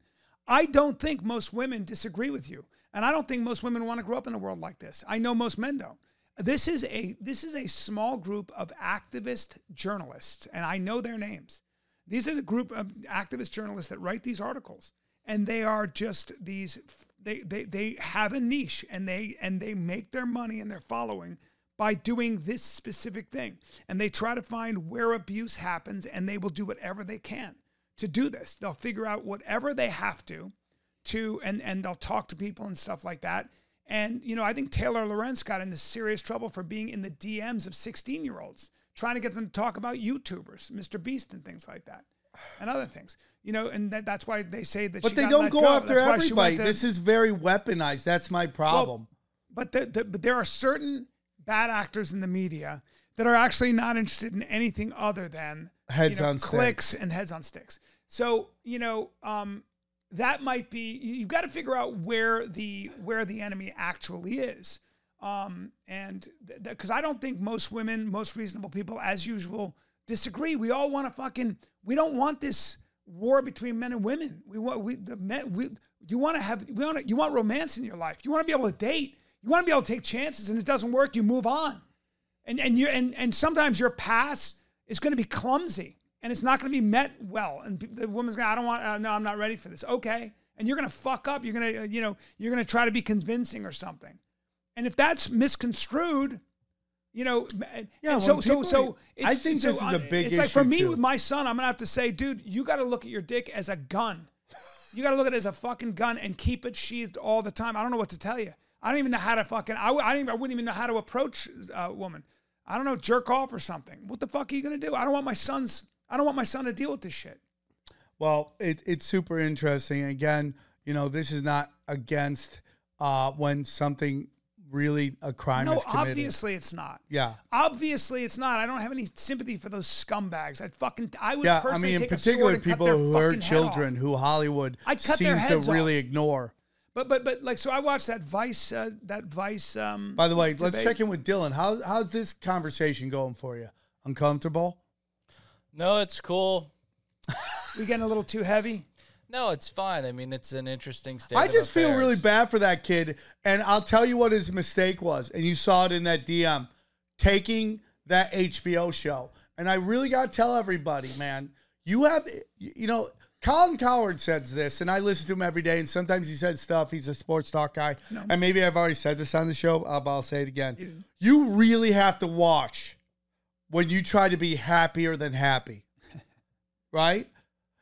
[SPEAKER 2] I don't think most women disagree with you, and I don't think most women want to grow up in a world like this. I know most men don't. This is a this is a small group of activist journalists, and I know their names. These are the group of activist journalists that write these articles, and they are just these. They they they have a niche, and they and they make their money and their following by doing this specific thing, and they try to find where abuse happens, and they will do whatever they can to do this. They'll figure out whatever they have to, to and and they'll talk to people and stuff like that. And you know, I think Taylor Lorenz got into serious trouble for being in the DMs of 16 year olds, trying to get them to talk about YouTubers, Mr. Beast, and things like that, and other things. You know, and that, that's why they say that.
[SPEAKER 3] But
[SPEAKER 2] she
[SPEAKER 3] they
[SPEAKER 2] got
[SPEAKER 3] don't
[SPEAKER 2] let
[SPEAKER 3] go, after
[SPEAKER 2] That's why she
[SPEAKER 3] everybody.
[SPEAKER 2] went to-
[SPEAKER 3] this is very weaponized. That's my problem.
[SPEAKER 2] but the, the, but there are certain bad actors in the media that are actually not interested in anything other than
[SPEAKER 3] Heads
[SPEAKER 2] you know,
[SPEAKER 3] on sticks.
[SPEAKER 2] clicks and heads on sticks. So you know um, that might be you- you've got to figure out where the where the enemy actually is. Um, and because I don't think most women, most reasonable people, as usual, disagree. We all want to fucking. We don't want this war between men and women. We want we the men. We you want to have we want you want romance in your life. You want to be able to date. You want to be able to take chances, and it doesn't work, you move on. And and you and and sometimes your pass is going to be clumsy, and it's not going to be met well. And pe- the woman's going, to I don't want. Uh, no, I'm not ready for this. Okay, and you're going to fuck up. You're going to uh, you know you're going to try to be convincing or something. And if that's misconstrued, you know, and-
[SPEAKER 3] Yeah,
[SPEAKER 2] and
[SPEAKER 3] when
[SPEAKER 2] so so
[SPEAKER 3] people- e,
[SPEAKER 2] so.
[SPEAKER 3] I think this is a
[SPEAKER 2] I'm-
[SPEAKER 3] big
[SPEAKER 2] It's like for
[SPEAKER 3] issue,
[SPEAKER 2] me
[SPEAKER 3] too.
[SPEAKER 2] with my son, I'm gonna have to say, dude, you got to look at your dick as a gun. You got to look at it as a fucking gun and keep it sheathed all the time. I don't know what to tell you. I don't even know how to fucking. I, w- I, don't even, I wouldn't even know how to approach a woman. I don't know, jerk off or something. What the fuck are you gonna do? I don't want my son's. I don't want my son to deal with this shit.
[SPEAKER 3] Well, it, it's super interesting. Again, you know, this is not against uh, when something really a crime
[SPEAKER 2] No,
[SPEAKER 3] is committed.
[SPEAKER 2] obviously it's not.
[SPEAKER 3] Yeah.
[SPEAKER 2] Obviously it's not. I don't have any sympathy for those scumbags. I'd fucking. I would.
[SPEAKER 3] Yeah, I
[SPEAKER 2] personally
[SPEAKER 3] mean, in
[SPEAKER 2] take a sword
[SPEAKER 3] particular,
[SPEAKER 2] and cut
[SPEAKER 3] people
[SPEAKER 2] their
[SPEAKER 3] who are
[SPEAKER 2] fucking head off.
[SPEAKER 3] children who Hollywood
[SPEAKER 2] I'd cut
[SPEAKER 3] seems
[SPEAKER 2] their
[SPEAKER 3] to
[SPEAKER 2] heads off.
[SPEAKER 3] really ignore.
[SPEAKER 2] But but but like so, I watched that Vice. Uh, that Vice. Um,
[SPEAKER 3] By the way, let's
[SPEAKER 2] debate.
[SPEAKER 3] check in with Dylan. How, how's this conversation going for you? Uncomfortable?
[SPEAKER 4] No, it's cool.
[SPEAKER 2] we getting a little too heavy.
[SPEAKER 4] No, it's fine. I mean, it's an interesting state.
[SPEAKER 3] I
[SPEAKER 4] of
[SPEAKER 3] just feel
[SPEAKER 4] affairs.
[SPEAKER 3] really bad for that kid. And I'll tell you what his mistake was. And you saw it in that DM taking that HBO show. And I really got to tell everybody, man, you have, you know, Colin Coward says this, and I listen to him every day. And sometimes he says stuff. He's a sports talk guy. And maybe I've already said this on the show, uh, but I'll say it again. You really have to watch when you try to be happier than happy, right?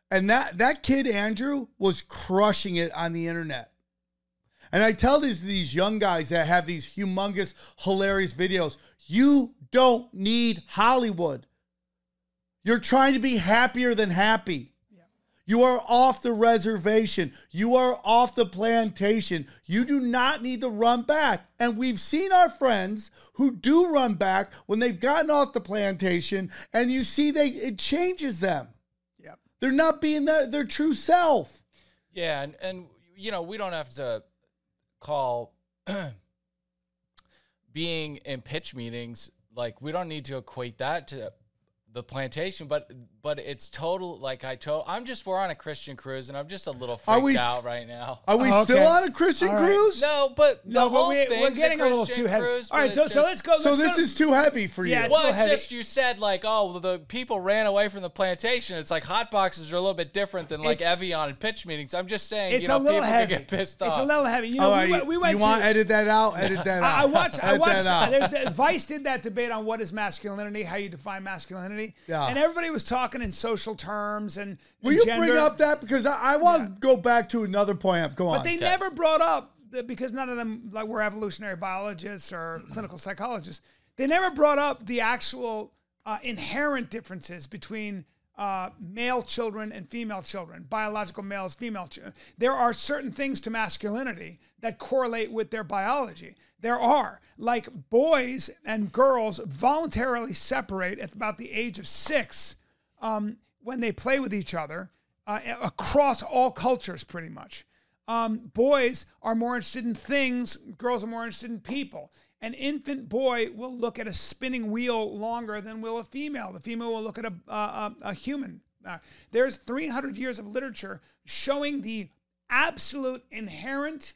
[SPEAKER 3] And that that kid Andrew was crushing it on the internet. And I tell these these young guys that have these humongous, hilarious videos, you don't need Hollywood. You're trying to be happier than happy. You are off the reservation. You are off the plantation. You do not need to run back. And we've seen our friends who do run back when they've gotten off the plantation, and you see they it changes them.
[SPEAKER 2] Yep.
[SPEAKER 3] They're not being their, their true self.
[SPEAKER 4] Yeah, and, and you know, we don't have to call being in pitch meetings like we don't need to equate that to the plantation, but but it's total like I told I'm just we're on a Christian cruise and I'm just a little
[SPEAKER 3] Are
[SPEAKER 4] freaked
[SPEAKER 3] we s-
[SPEAKER 4] out right now.
[SPEAKER 3] Are we
[SPEAKER 2] Oh, okay.
[SPEAKER 3] still on a Christian
[SPEAKER 2] All right.
[SPEAKER 3] cruise?
[SPEAKER 4] No, but
[SPEAKER 2] No,
[SPEAKER 4] the whole
[SPEAKER 2] but we,
[SPEAKER 4] thing's
[SPEAKER 2] we're getting a, little
[SPEAKER 4] Christian
[SPEAKER 2] too heavy.
[SPEAKER 4] cruise,
[SPEAKER 2] All right,
[SPEAKER 4] but
[SPEAKER 2] so
[SPEAKER 4] it's
[SPEAKER 2] so
[SPEAKER 4] just-
[SPEAKER 2] let's go.
[SPEAKER 3] So
[SPEAKER 2] let's
[SPEAKER 3] this
[SPEAKER 2] go.
[SPEAKER 3] is too heavy for you.
[SPEAKER 2] Yeah, it's-
[SPEAKER 4] well,
[SPEAKER 2] little
[SPEAKER 4] it's
[SPEAKER 2] heavy.
[SPEAKER 4] just you said like, oh, the people ran away from the plantation. It's like hot boxes are a little bit different than like
[SPEAKER 2] It's-
[SPEAKER 4] Evian and pitch meetings. I'm just saying,
[SPEAKER 2] It's
[SPEAKER 4] you
[SPEAKER 2] a
[SPEAKER 4] know,
[SPEAKER 2] little
[SPEAKER 4] people can
[SPEAKER 2] heavy.
[SPEAKER 4] get pissed off.
[SPEAKER 2] It's a little heavy. You know,
[SPEAKER 3] All right,
[SPEAKER 2] we went. We went
[SPEAKER 3] you
[SPEAKER 2] to,
[SPEAKER 3] want edit that out? Edit that out.
[SPEAKER 2] I I watched. I
[SPEAKER 3] Edit
[SPEAKER 2] watched.
[SPEAKER 3] that out.
[SPEAKER 2] there- there- Vice did that debate on what is masculinity, how you define masculinity,
[SPEAKER 3] Yeah.
[SPEAKER 2] and everybody was talking in social terms and.
[SPEAKER 3] Will
[SPEAKER 2] and
[SPEAKER 3] you
[SPEAKER 2] gender.
[SPEAKER 3] bring up that because I, I want to go back to another point. I've gone.
[SPEAKER 2] But they never brought up the, because none of them like were evolutionary biologists or clinical psychologists. They never brought up the actual uh, inherent differences between uh, male children and female children, biological males, female. Ch- there are certain things to masculinity that correlate with their biology. There are like boys and girls voluntarily separate at about the age of six um, when they play with each other uh, across all cultures, pretty much. Um, boys are more interested in things, girls are more interested in people. An infant boy will look at a spinning wheel longer than will a female. The female will look at a, a, a, a human. Uh, there's 300 years of literature showing the absolute inherent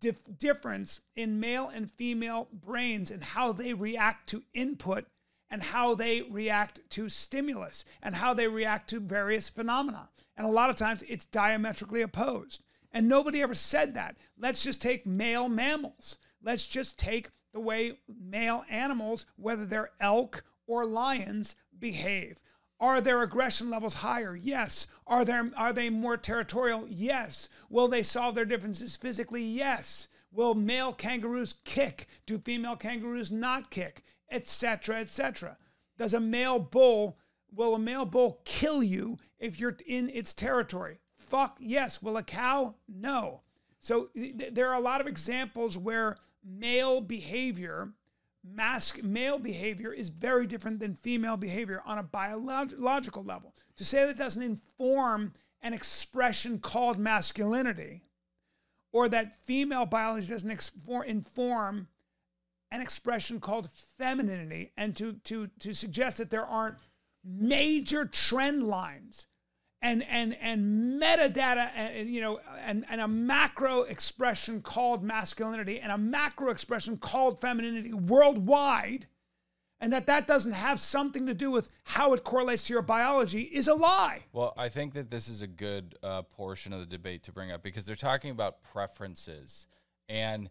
[SPEAKER 2] dif- difference in male and female brains and how they react to input and how they react to stimulus and how they react to various phenomena. And a lot of times it's diametrically opposed. And nobody ever said that. Let's just take male mammals. Let's just take the way male animals, whether they're elk or lions, behave. Are their aggression levels higher? Yes. Are there are they more territorial? Yes. Will they solve their differences physically? Yes. Will male kangaroos kick? Do female kangaroos not kick? Etc. Etc. Does a male bull will a male bull kill you if you're in its territory? Fuck yes. Will a cow? No. So th- th- there are a lot of examples where male behavior mask male behavior is very different than female behavior on a biological level. To say that doesn't inform an expression called masculinity, or that female biology doesn't ex- for- inform an expression called femininity, and to to to suggest that there aren't major trend lines and and and metadata and, and, you know and and a macro expression called masculinity and a macro expression called femininity worldwide and that that doesn't have something to do with how it correlates to your biology is a lie
[SPEAKER 4] Well, I think that this is a good uh, portion of the debate to bring up because they're talking about preferences. And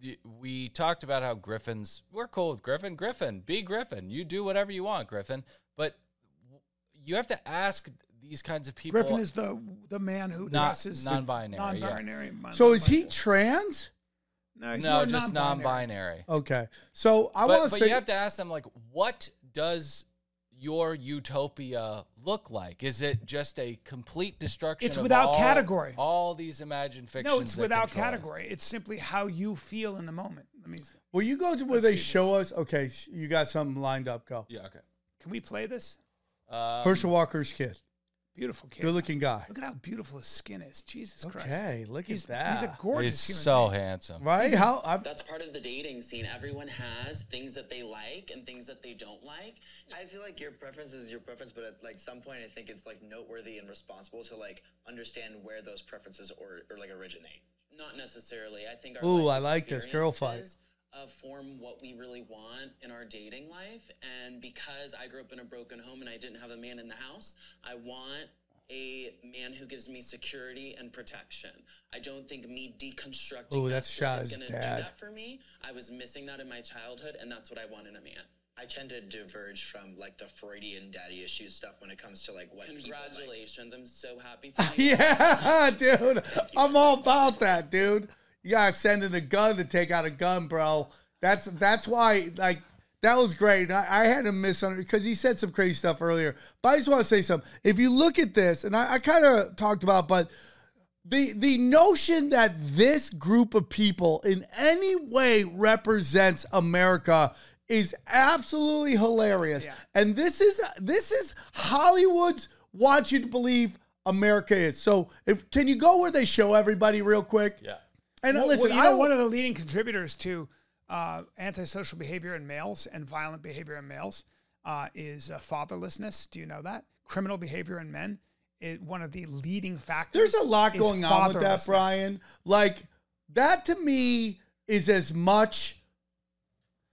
[SPEAKER 4] the, we talked about how Griffins, we're cool with Griffin. Griffin, be Griffin. You do whatever you want, Griffin. But w- you have to ask these kinds of people.
[SPEAKER 2] griffin is the the man who
[SPEAKER 4] Not-
[SPEAKER 2] dresses
[SPEAKER 4] non-binary, yeah.
[SPEAKER 2] non-binary man-
[SPEAKER 3] So is he trans?
[SPEAKER 2] no, he's
[SPEAKER 4] no,
[SPEAKER 2] more
[SPEAKER 4] just non binary.
[SPEAKER 3] Okay. So I want
[SPEAKER 4] But,
[SPEAKER 3] to
[SPEAKER 4] but
[SPEAKER 3] say
[SPEAKER 4] you have to ask them, like, what does your utopia look like? Is it just a complete destruction
[SPEAKER 2] It's
[SPEAKER 4] of
[SPEAKER 2] without
[SPEAKER 4] all-
[SPEAKER 2] category.
[SPEAKER 4] All these imagined fictions.
[SPEAKER 2] no it's
[SPEAKER 4] that
[SPEAKER 2] without
[SPEAKER 4] control us?
[SPEAKER 2] category it's simply how you feel in the moment let me
[SPEAKER 3] Will you go to where
[SPEAKER 2] Let's
[SPEAKER 3] they
[SPEAKER 2] see
[SPEAKER 3] show us? Okay, s- you got something lined up. Go.
[SPEAKER 4] Yeah, okay.
[SPEAKER 2] can we play this
[SPEAKER 4] Um,
[SPEAKER 3] Herschel Walker's kid,
[SPEAKER 2] beautiful kid
[SPEAKER 3] good looking guy.
[SPEAKER 2] Look at how beautiful his skin is. Jesus Christ.
[SPEAKER 3] Okay, look
[SPEAKER 2] he's,
[SPEAKER 3] at that.
[SPEAKER 2] He's a gorgeous
[SPEAKER 4] He's
[SPEAKER 2] human
[SPEAKER 4] so
[SPEAKER 2] being.
[SPEAKER 4] handsome.
[SPEAKER 3] right? How? I'm,
[SPEAKER 5] That's part of the dating scene. Everyone has things that they like and things that they don't like.
[SPEAKER 6] I feel like your preference is your preference, but at like some point, I think it's like noteworthy and responsible to like understand where those preferences or, or like originate.
[SPEAKER 5] Not necessarily. I think our
[SPEAKER 3] Ooh,
[SPEAKER 5] life
[SPEAKER 3] I like this. Girl fight.
[SPEAKER 5] experiences, Uh, form what we really want in our dating life. And because I grew up in a broken home and I didn't have a man in the house, I want a man who gives me security and protection. I don't think me deconstructing
[SPEAKER 3] Ooh,
[SPEAKER 5] that
[SPEAKER 3] that's
[SPEAKER 5] story
[SPEAKER 3] shot
[SPEAKER 5] is
[SPEAKER 3] his
[SPEAKER 5] gonna
[SPEAKER 3] dad.
[SPEAKER 5] do that for me. I was missing that in my childhood, and that's what I want in a man.
[SPEAKER 6] I tend to diverge from like the Freudian daddy issues stuff when it comes to like what people like.
[SPEAKER 5] Congratulations. I'm so happy for you.
[SPEAKER 3] yeah, dude. I'm all about that, dude. You gotta send in a gun to take out a gun, bro. That's that's why like that was great. I, I had him misunderstood because he said some crazy stuff earlier. But I just want to say something. If you look at this, and I, I kind of talked about, but the the notion that this group of people in any way represents America is absolutely hilarious. And this is this is Hollywood's want you to believe America is. So if can you go where they show everybody real quick? Yeah. And
[SPEAKER 2] Well,
[SPEAKER 3] listen,
[SPEAKER 2] well, you know,
[SPEAKER 3] I
[SPEAKER 2] one
[SPEAKER 3] want
[SPEAKER 2] of the leading contributors to uh, antisocial behavior in males and violent behavior in males uh, is uh, fatherlessness. Do you know that? Criminal behavior in men. It, one of the leading factors.
[SPEAKER 3] there's a lot
[SPEAKER 2] is
[SPEAKER 3] going on with that,
[SPEAKER 2] fatherlessness.
[SPEAKER 3] Brian. Like that to me is as much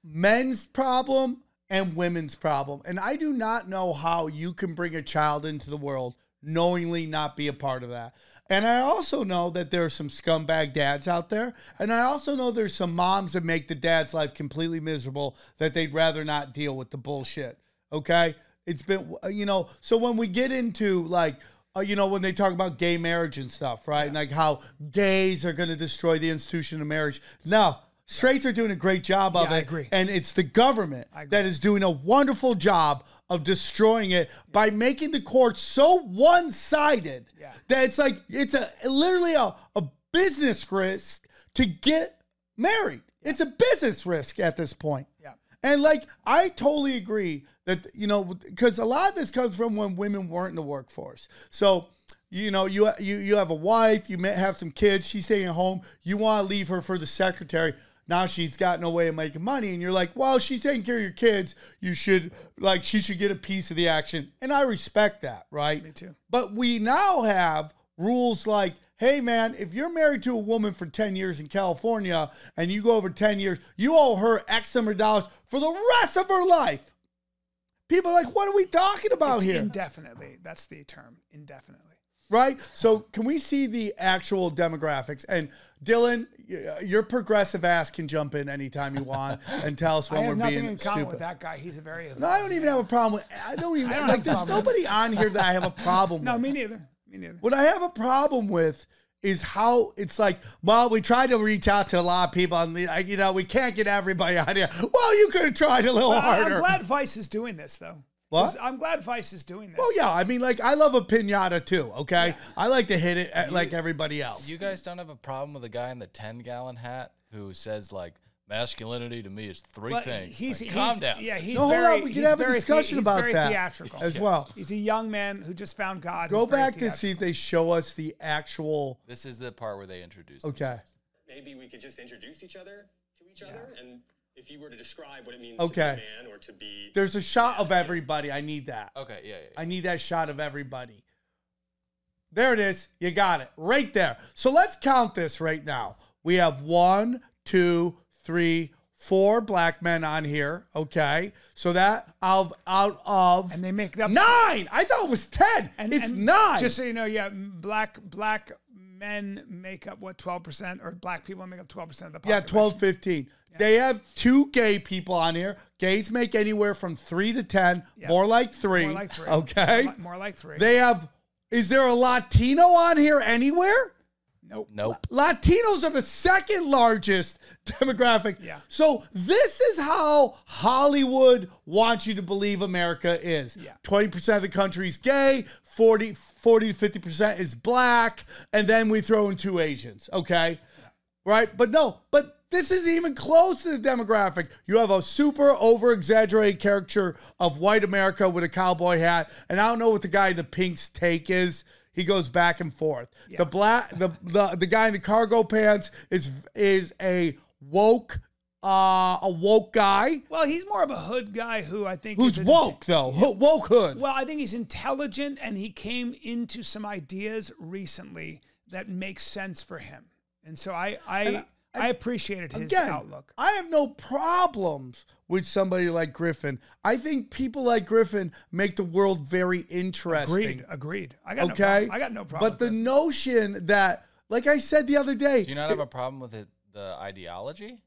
[SPEAKER 3] men's problem and women's problem. And I do not know how you can bring a child into the world knowingly not be a part of that. And I also know that there are some scumbag dads out there. And I also know there's some moms that make the dad's life completely miserable that they'd rather not deal with the bullshit. Okay? It's been, you know, so when we get into like, uh, you know, when they talk about gay marriage and stuff, right? And like how gays are going to destroy the institution of marriage. No, straights are doing a great job of
[SPEAKER 2] Yeah, I
[SPEAKER 3] it.
[SPEAKER 2] agree.
[SPEAKER 3] And it's the government that is doing a wonderful job of destroying it by making the court so one sided that it's like, it's a literally a, a business risk to get married. It's a business risk at this point.
[SPEAKER 2] Yeah.
[SPEAKER 3] And like, I totally agree that, you know, because a lot of this comes from when women weren't in the workforce. So, you know, you you you have a wife, you may have some kids, she's staying at home, you want to leave her for the secretary. Now she's got no way of making money, and you're like, well, she's taking care of your kids. You should like she should get a piece of the action. And I respect that, right? Me
[SPEAKER 2] too.
[SPEAKER 3] But we now have rules like, hey man, if you're married to a woman for 10 years in California and you go over 10 years, you owe her X number of dollars for the rest of her life. People are like, what are we talking about
[SPEAKER 2] It's
[SPEAKER 3] here?
[SPEAKER 2] Indefinitely. That's the term. Indefinitely.
[SPEAKER 3] right? So can we see the actual demographics? And Dylan, y- uh, your progressive ass can jump in anytime you want and tell us
[SPEAKER 2] I
[SPEAKER 3] when
[SPEAKER 2] have
[SPEAKER 3] we're
[SPEAKER 2] nothing
[SPEAKER 3] being
[SPEAKER 2] in common
[SPEAKER 3] stupid.
[SPEAKER 2] with that guy. He's a very.
[SPEAKER 3] No, I don't even have a problem with. I don't even
[SPEAKER 2] I don't
[SPEAKER 3] like.
[SPEAKER 2] have a
[SPEAKER 3] There's
[SPEAKER 2] problem with
[SPEAKER 3] nobody on here that I have a problem
[SPEAKER 2] No,
[SPEAKER 3] with.
[SPEAKER 2] me neither. Me neither.
[SPEAKER 3] What I have a problem with is how it's like, well, we tried to reach out to a lot of people, and the, like, you know, we can't get everybody out here. Well, you could have tried a little
[SPEAKER 2] Well, I-
[SPEAKER 3] harder.
[SPEAKER 2] I'm glad Vice is doing this, though.
[SPEAKER 3] What?
[SPEAKER 2] 'Cause I'm glad Vice is doing this.
[SPEAKER 3] well, Oh, yeah, I mean, like, I love a pinata too. Okay, I like to hit it at, like everybody else.
[SPEAKER 4] You guys don't have a problem with the guy in the ten gallon hat who says like masculinity to me is three
[SPEAKER 2] Well,
[SPEAKER 4] things.
[SPEAKER 2] He's,
[SPEAKER 4] Like,
[SPEAKER 2] he's
[SPEAKER 4] calm down.
[SPEAKER 2] Yeah, he's
[SPEAKER 3] No, hold
[SPEAKER 2] very.
[SPEAKER 3] on, we can
[SPEAKER 2] he's
[SPEAKER 3] have a
[SPEAKER 2] very the-
[SPEAKER 3] discussion
[SPEAKER 2] he's
[SPEAKER 3] about
[SPEAKER 2] very
[SPEAKER 3] that
[SPEAKER 2] theatrical.
[SPEAKER 3] as well.
[SPEAKER 2] He's a young man who just found God.
[SPEAKER 3] Go
[SPEAKER 2] He's very
[SPEAKER 3] back to see
[SPEAKER 2] theatrical.
[SPEAKER 3] if they show us the actual.
[SPEAKER 4] This is the part where they introduce.
[SPEAKER 3] Okay,
[SPEAKER 7] maybe we could just introduce each other to each other and if you were to describe what it means to
[SPEAKER 3] Okay.
[SPEAKER 7] be a man or to be
[SPEAKER 3] There's a shot of everybody. I need that.
[SPEAKER 4] Okay, yeah, yeah. yeah.
[SPEAKER 3] I need that shot of everybody. There it is. You got it right there. So let's count this right now. We have one, two, three, four black men on here. Okay. So that out, out of
[SPEAKER 2] And they make up
[SPEAKER 3] nine. I thought it was 10.
[SPEAKER 2] And,
[SPEAKER 3] it's
[SPEAKER 2] and
[SPEAKER 3] nine.
[SPEAKER 2] Just so you know, yeah, m- black black men make up what twelve percent, or black people make up twelve percent of the
[SPEAKER 3] Yeah, 12,
[SPEAKER 2] population.
[SPEAKER 3] 15. They have two gay people on here. Gays make anywhere from three to 10,
[SPEAKER 2] Yeah.
[SPEAKER 3] more like three.
[SPEAKER 2] More like three.
[SPEAKER 3] Okay.
[SPEAKER 2] More like, more like three.
[SPEAKER 3] They have, is there a Latino on here anywhere?
[SPEAKER 2] nope.
[SPEAKER 4] Nope.
[SPEAKER 3] Latinos are the second largest demographic.
[SPEAKER 2] Yeah.
[SPEAKER 3] So this is how Hollywood wants you to believe America is.
[SPEAKER 2] Yeah.
[SPEAKER 3] 20% of the country is gay, 40, 40 to 50% is black, and then we throw in two Asians, okay? Right? But no, but this isn't even close to the demographic. You have a super over exaggerated caricature of white America with a cowboy hat, and I don't know what the guy in the pink's take is. He goes back and forth. The black the, the the guy in the cargo pants is is a woke uh a woke guy
[SPEAKER 2] Well, he's more of a hood guy who I think
[SPEAKER 3] who's
[SPEAKER 2] is an-
[SPEAKER 3] woke though. Ho- Woke hood.
[SPEAKER 2] Well, I think he's intelligent, and he came into some ideas recently that make sense for him, and so I I I, appreciated his
[SPEAKER 3] Again,
[SPEAKER 2] outlook.
[SPEAKER 3] I have no problems with somebody like Griffin. I think people like Griffin make the world very interesting.
[SPEAKER 2] Agreed. Agreed. I got
[SPEAKER 3] Okay.
[SPEAKER 2] No problem. I got no problem.
[SPEAKER 3] But
[SPEAKER 2] with
[SPEAKER 3] the
[SPEAKER 2] that.
[SPEAKER 3] notion that, like I said the other day,
[SPEAKER 4] Do you not have a problem with it, the ideology?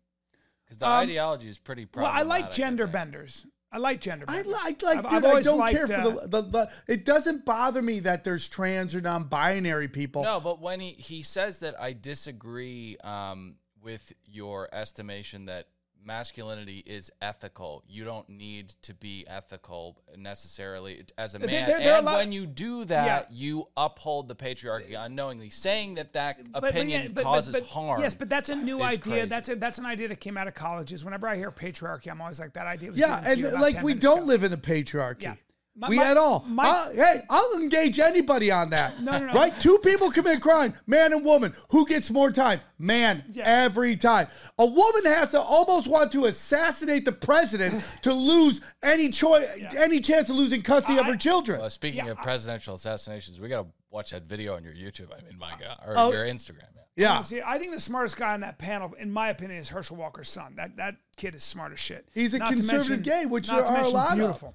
[SPEAKER 4] Because the
[SPEAKER 2] Um,
[SPEAKER 4] ideology is pretty.
[SPEAKER 2] well, I like
[SPEAKER 4] problematic,
[SPEAKER 2] gender
[SPEAKER 4] think.
[SPEAKER 2] benders. I like gender.
[SPEAKER 3] I
[SPEAKER 2] Benders.
[SPEAKER 3] like, like,
[SPEAKER 2] I've-
[SPEAKER 3] dude,
[SPEAKER 2] I've
[SPEAKER 3] I
[SPEAKER 2] always
[SPEAKER 3] don't
[SPEAKER 2] liked,
[SPEAKER 3] care for
[SPEAKER 2] uh,
[SPEAKER 3] the, the, the. It doesn't bother me that there's trans or non-binary people.
[SPEAKER 4] No, but when he he says that I disagree um, with your estimation that masculinity is ethical. You don't need to be ethical necessarily as a
[SPEAKER 2] There-
[SPEAKER 4] man.
[SPEAKER 2] there- there are a
[SPEAKER 4] and
[SPEAKER 2] lot-
[SPEAKER 4] when you do that,
[SPEAKER 2] Yeah.
[SPEAKER 4] you uphold the patriarchy unknowingly, saying that that
[SPEAKER 2] But- but
[SPEAKER 4] opinion
[SPEAKER 2] yeah, but- but-
[SPEAKER 4] causes
[SPEAKER 2] but-
[SPEAKER 4] harm.
[SPEAKER 2] Yes, but that's a new
[SPEAKER 4] is
[SPEAKER 2] idea.
[SPEAKER 4] crazy.
[SPEAKER 2] That's a, that's an idea that came out of colleges. Whenever I hear patriarchy, I'm always like, that idea was
[SPEAKER 3] yeah,
[SPEAKER 2] given to
[SPEAKER 3] and
[SPEAKER 2] you about
[SPEAKER 3] like
[SPEAKER 2] 10
[SPEAKER 3] we
[SPEAKER 2] minutes
[SPEAKER 3] don't
[SPEAKER 2] ago.
[SPEAKER 3] live in a patriarchy.
[SPEAKER 2] Yeah. My-
[SPEAKER 3] we
[SPEAKER 2] my-
[SPEAKER 3] at all.
[SPEAKER 2] my-
[SPEAKER 3] I'll- hey, I'll engage anybody on that.
[SPEAKER 2] No, no, no.
[SPEAKER 3] Right? Two people commit crime, man and woman. Who gets more time? Man,
[SPEAKER 2] Yeah.
[SPEAKER 3] every time. A woman has to almost want to assassinate the president to lose any choice, any chance of losing custody of her children.
[SPEAKER 4] Well, Uh, speaking
[SPEAKER 2] Yeah,
[SPEAKER 4] of presidential assassinations, we got to watch that video on your YouTube. I mean, my God, or
[SPEAKER 3] Oh.
[SPEAKER 4] your Instagram. Yeah.
[SPEAKER 3] yeah,
[SPEAKER 2] See, I think the smartest guy on that panel, in my opinion, is Herschel Walker's son. That that kid is smart as shit.
[SPEAKER 3] He's a
[SPEAKER 2] Not to
[SPEAKER 3] conservative
[SPEAKER 2] mention-
[SPEAKER 3] gay, which
[SPEAKER 2] not
[SPEAKER 3] there
[SPEAKER 2] to
[SPEAKER 3] are a
[SPEAKER 2] mention
[SPEAKER 3] lot of.
[SPEAKER 2] beautiful.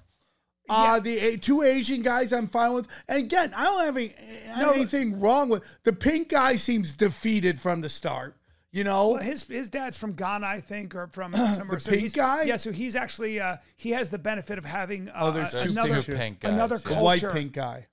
[SPEAKER 3] Uh, the a- two Asian guys I'm fine with. And again, I don't have any, anything wrong with the pink guy seems defeated from the start. You know,
[SPEAKER 2] Well, his his dad's from Ghana, I think, or from somewhere.
[SPEAKER 3] The
[SPEAKER 2] so
[SPEAKER 3] pink
[SPEAKER 2] he's-
[SPEAKER 3] guy?
[SPEAKER 2] Yeah, so he's actually uh, he has the benefit of having uh,
[SPEAKER 3] there's
[SPEAKER 2] uh,
[SPEAKER 3] two
[SPEAKER 2] another
[SPEAKER 3] pictures.
[SPEAKER 4] Oh, pink guys,
[SPEAKER 2] another
[SPEAKER 4] yeah.
[SPEAKER 3] the
[SPEAKER 2] culture.
[SPEAKER 3] white pink guy.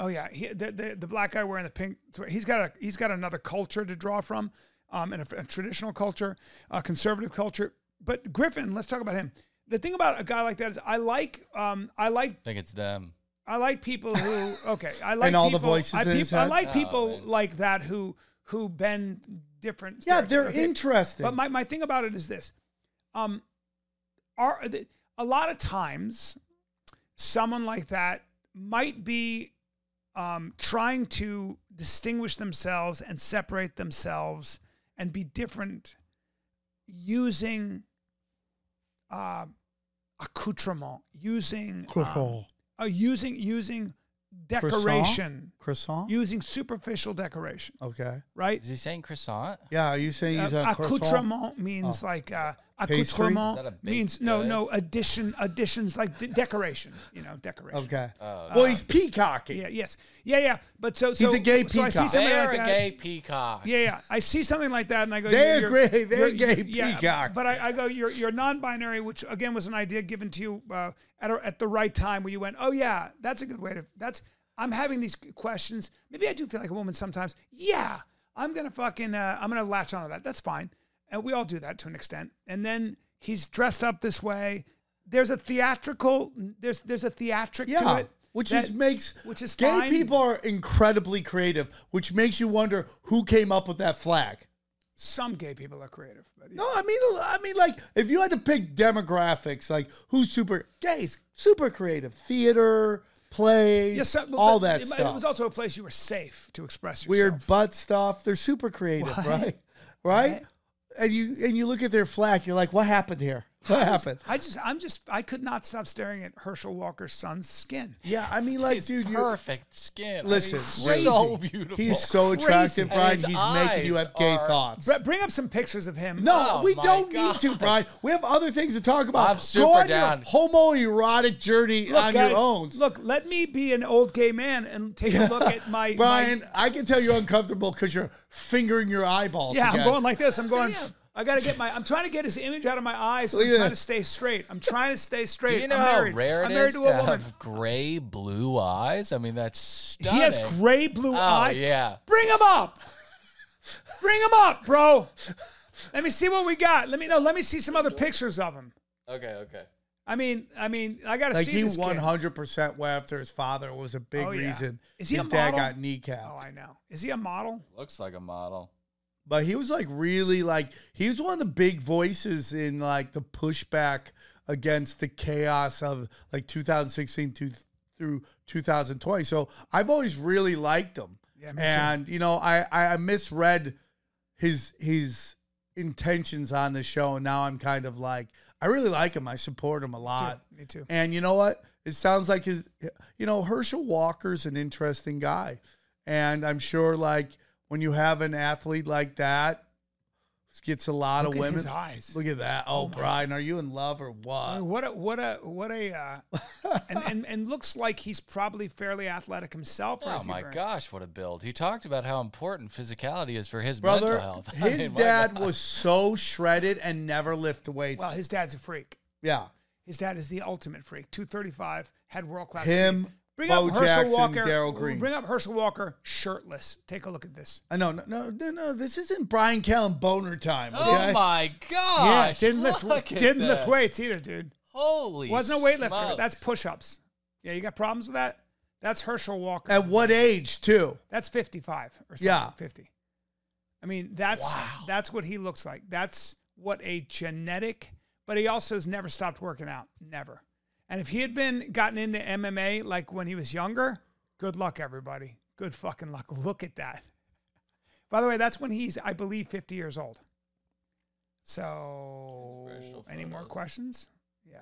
[SPEAKER 2] Oh yeah, he, the, the the black guy wearing the pink. He's got a he's got another culture to draw from, um, and a, a traditional culture, a conservative culture. But Griffin, let's talk about him. The thing about a guy like that is, I like um, I like
[SPEAKER 4] I think it's them.
[SPEAKER 2] I like people who okay, I like
[SPEAKER 3] all the
[SPEAKER 2] people,
[SPEAKER 3] voices
[SPEAKER 2] I,
[SPEAKER 3] in
[SPEAKER 2] peop-
[SPEAKER 3] his
[SPEAKER 2] I
[SPEAKER 3] head? Oh,
[SPEAKER 2] like people
[SPEAKER 4] man.
[SPEAKER 2] like that who who bend different.
[SPEAKER 3] Yeah, they're
[SPEAKER 2] stereotypes. Okay.
[SPEAKER 3] interesting.
[SPEAKER 2] But my, my thing about it is this: um, are the, a lot of times someone like that might be um, trying to distinguish themselves and separate themselves and be different using uh, accoutrement, using um, uh, using using decoration,
[SPEAKER 3] Croissant?
[SPEAKER 2] using superficial decoration,
[SPEAKER 3] okay.
[SPEAKER 2] right?
[SPEAKER 4] Is he saying croissant?
[SPEAKER 3] Yeah, are you saying he's
[SPEAKER 2] Uh,
[SPEAKER 3] a croissant? Oh.
[SPEAKER 2] accoutrement means like uh,
[SPEAKER 3] Pastry?
[SPEAKER 4] Is that a
[SPEAKER 2] accoutrement
[SPEAKER 4] baked
[SPEAKER 2] means no
[SPEAKER 4] good?
[SPEAKER 2] no addition additions like de- decoration you know decoration
[SPEAKER 3] Okay.
[SPEAKER 4] Oh,
[SPEAKER 3] well, he's peacocking.
[SPEAKER 2] yeah yes yeah yeah but so
[SPEAKER 3] He's
[SPEAKER 2] so,
[SPEAKER 3] a gay
[SPEAKER 2] so I see
[SPEAKER 3] peacock.
[SPEAKER 2] something
[SPEAKER 4] they're
[SPEAKER 2] like
[SPEAKER 4] a
[SPEAKER 2] that
[SPEAKER 4] gay peacock.
[SPEAKER 2] yeah yeah I see something like that and I go
[SPEAKER 3] They're
[SPEAKER 2] you're-
[SPEAKER 3] gay-
[SPEAKER 2] you're-
[SPEAKER 3] they're
[SPEAKER 2] you're-
[SPEAKER 3] gay
[SPEAKER 2] yeah,
[SPEAKER 3] peacock.
[SPEAKER 2] but I, I go you're you're non-binary which again was an idea given to you uh, at a, at the right time where you went oh yeah that's a good way to that's I'm having these questions maybe I do feel like a woman sometimes yeah I'm gonna fucking uh, I'm gonna latch onto that that's fine and we all do that to an extent and then he's dressed up this way there's a theatrical there's there's a theatric to
[SPEAKER 3] Yeah.
[SPEAKER 2] it
[SPEAKER 3] Which
[SPEAKER 2] that-
[SPEAKER 3] is makes
[SPEAKER 2] which is
[SPEAKER 3] gay
[SPEAKER 2] fine.
[SPEAKER 3] people are incredibly creative, which makes you wonder who came up with that flag.
[SPEAKER 2] some gay people are creative but yeah.
[SPEAKER 3] No, I mean, I mean, like if you had to pick demographics, like who's super gays, super creative, theater, plays,
[SPEAKER 2] Yes, so- well,
[SPEAKER 3] all
[SPEAKER 2] but
[SPEAKER 3] that
[SPEAKER 2] it,
[SPEAKER 3] stuff,
[SPEAKER 2] It was also a place you were safe to express yourself.
[SPEAKER 3] weird butt stuff. They're super creative, right? Right? and you and you look at their flack, you're like, what happened here? What happened?
[SPEAKER 2] I just, I'm just, I could not stop staring at Herschel Walker's son's skin.
[SPEAKER 3] Yeah, I mean, like,
[SPEAKER 4] His
[SPEAKER 3] dude, you're
[SPEAKER 4] perfect skin. I mean,
[SPEAKER 3] listen,
[SPEAKER 4] he's so beautiful.
[SPEAKER 3] He's so attractive,
[SPEAKER 4] And
[SPEAKER 3] Brian.
[SPEAKER 4] his
[SPEAKER 3] He's making you
[SPEAKER 4] eyes
[SPEAKER 3] have gay
[SPEAKER 4] are-
[SPEAKER 3] thoughts.
[SPEAKER 2] Bre- bring up some pictures of him.
[SPEAKER 3] No,
[SPEAKER 4] Oh
[SPEAKER 3] we
[SPEAKER 4] my
[SPEAKER 3] don't
[SPEAKER 4] God.
[SPEAKER 3] need to, Brian. We have other things to talk about.
[SPEAKER 4] I'm super
[SPEAKER 3] Go on
[SPEAKER 4] down.
[SPEAKER 3] your homoerotic journey
[SPEAKER 2] Look,
[SPEAKER 3] on
[SPEAKER 2] guys,
[SPEAKER 3] your own.
[SPEAKER 2] Look, let me be an old gay man and take a look at my
[SPEAKER 3] Brian,
[SPEAKER 2] my-
[SPEAKER 3] I can tell you're uncomfortable because you're fingering your eyeballs.
[SPEAKER 2] yeah, I'm
[SPEAKER 3] again.
[SPEAKER 2] going like this. I'm going. I gotta get my. I'm trying to get his image out of my eyes. I'm
[SPEAKER 3] Look at
[SPEAKER 2] trying to
[SPEAKER 3] this.
[SPEAKER 2] stay straight. I'm trying to stay straight.
[SPEAKER 4] Do you know
[SPEAKER 2] I'm
[SPEAKER 4] how
[SPEAKER 2] married.
[SPEAKER 4] rare it
[SPEAKER 2] I'm
[SPEAKER 4] is
[SPEAKER 2] married
[SPEAKER 4] to,
[SPEAKER 2] to a woman.
[SPEAKER 4] have gray blue eyes? I mean, that's stunning.
[SPEAKER 2] He has gray blue
[SPEAKER 4] Oh
[SPEAKER 2] eyes.
[SPEAKER 4] yeah.
[SPEAKER 2] Bring him up. Bring him up, bro. Let me see what we got. Let me know. Let me see some other pictures of him.
[SPEAKER 4] Okay. Okay.
[SPEAKER 2] I mean, I mean, I gotta
[SPEAKER 3] Like
[SPEAKER 2] see
[SPEAKER 3] he
[SPEAKER 2] this kid.
[SPEAKER 3] 100 percent went after his father was a big
[SPEAKER 2] Oh, yeah.
[SPEAKER 3] reason.
[SPEAKER 2] Is he a
[SPEAKER 3] his dad
[SPEAKER 2] model?
[SPEAKER 3] got kneecapped.
[SPEAKER 2] Oh, I know. Is he a model?
[SPEAKER 4] Looks like a model.
[SPEAKER 3] but he was like really like he was one of the big voices in like the pushback against the chaos of like 2016 to, through 2020 so i've always really liked him
[SPEAKER 2] Yeah, me too.
[SPEAKER 3] and you know I, I i misread his his intentions on the show and now i'm kind of like i really like him i support him a lot
[SPEAKER 2] Me too.
[SPEAKER 3] and you know what? It sounds like his, you know, Herschel Walker's an interesting guy. And I'm sure, like, when you have an athlete like that, gets a lot
[SPEAKER 2] Look
[SPEAKER 3] of
[SPEAKER 2] at
[SPEAKER 3] women.
[SPEAKER 2] his eyes.
[SPEAKER 3] Look at that. Oh, Brian, are you in love or
[SPEAKER 2] I
[SPEAKER 3] what?
[SPEAKER 2] mean, what a what a what a uh, and, and and looks like he's probably fairly athletic himself. or
[SPEAKER 4] Oh
[SPEAKER 2] is he
[SPEAKER 4] my
[SPEAKER 2] very-
[SPEAKER 4] gosh, what a build! He talked about how important physicality is for his
[SPEAKER 3] Brother,
[SPEAKER 4] mental health. I
[SPEAKER 3] his
[SPEAKER 4] mean, my
[SPEAKER 3] dad
[SPEAKER 4] God.
[SPEAKER 3] was so shredded and never lifted weights.
[SPEAKER 2] Well, his dad's a freak.
[SPEAKER 3] yeah.
[SPEAKER 2] His dad is the ultimate freak. Two thirty five had world class.
[SPEAKER 3] Him,
[SPEAKER 2] Bring
[SPEAKER 3] Bo
[SPEAKER 2] up Herschel
[SPEAKER 3] Jackson,
[SPEAKER 2] Walker.
[SPEAKER 3] Daryl Green.
[SPEAKER 2] Bring up Herschel Walker shirtless. Take a look at this.
[SPEAKER 3] I know. No, no, no, no. This isn't Brian Kellen boner time.
[SPEAKER 4] Oh
[SPEAKER 3] okay?
[SPEAKER 4] my
[SPEAKER 2] Yeah,
[SPEAKER 4] gosh!
[SPEAKER 2] didn't lift
[SPEAKER 4] look at
[SPEAKER 2] didn't lift
[SPEAKER 4] this.
[SPEAKER 2] weights either, dude.
[SPEAKER 4] Holy,
[SPEAKER 2] Wasn't a weightlifter. That's
[SPEAKER 4] smokes.
[SPEAKER 2] push ups. Yeah, you got problems with that? That's Herschel Walker.
[SPEAKER 3] At what age, too?
[SPEAKER 2] That's 55 or something.
[SPEAKER 3] Yeah.
[SPEAKER 2] 50. I mean, that's that's what he looks like. That's what a genetic, but he also has never stopped working out. Never. And if he had been gotten into MMA like when he was younger, good luck, everybody. Good fucking luck. Look at that. By the way, that's when he's, I believe, 50 years old. So, any more questions? Yeah.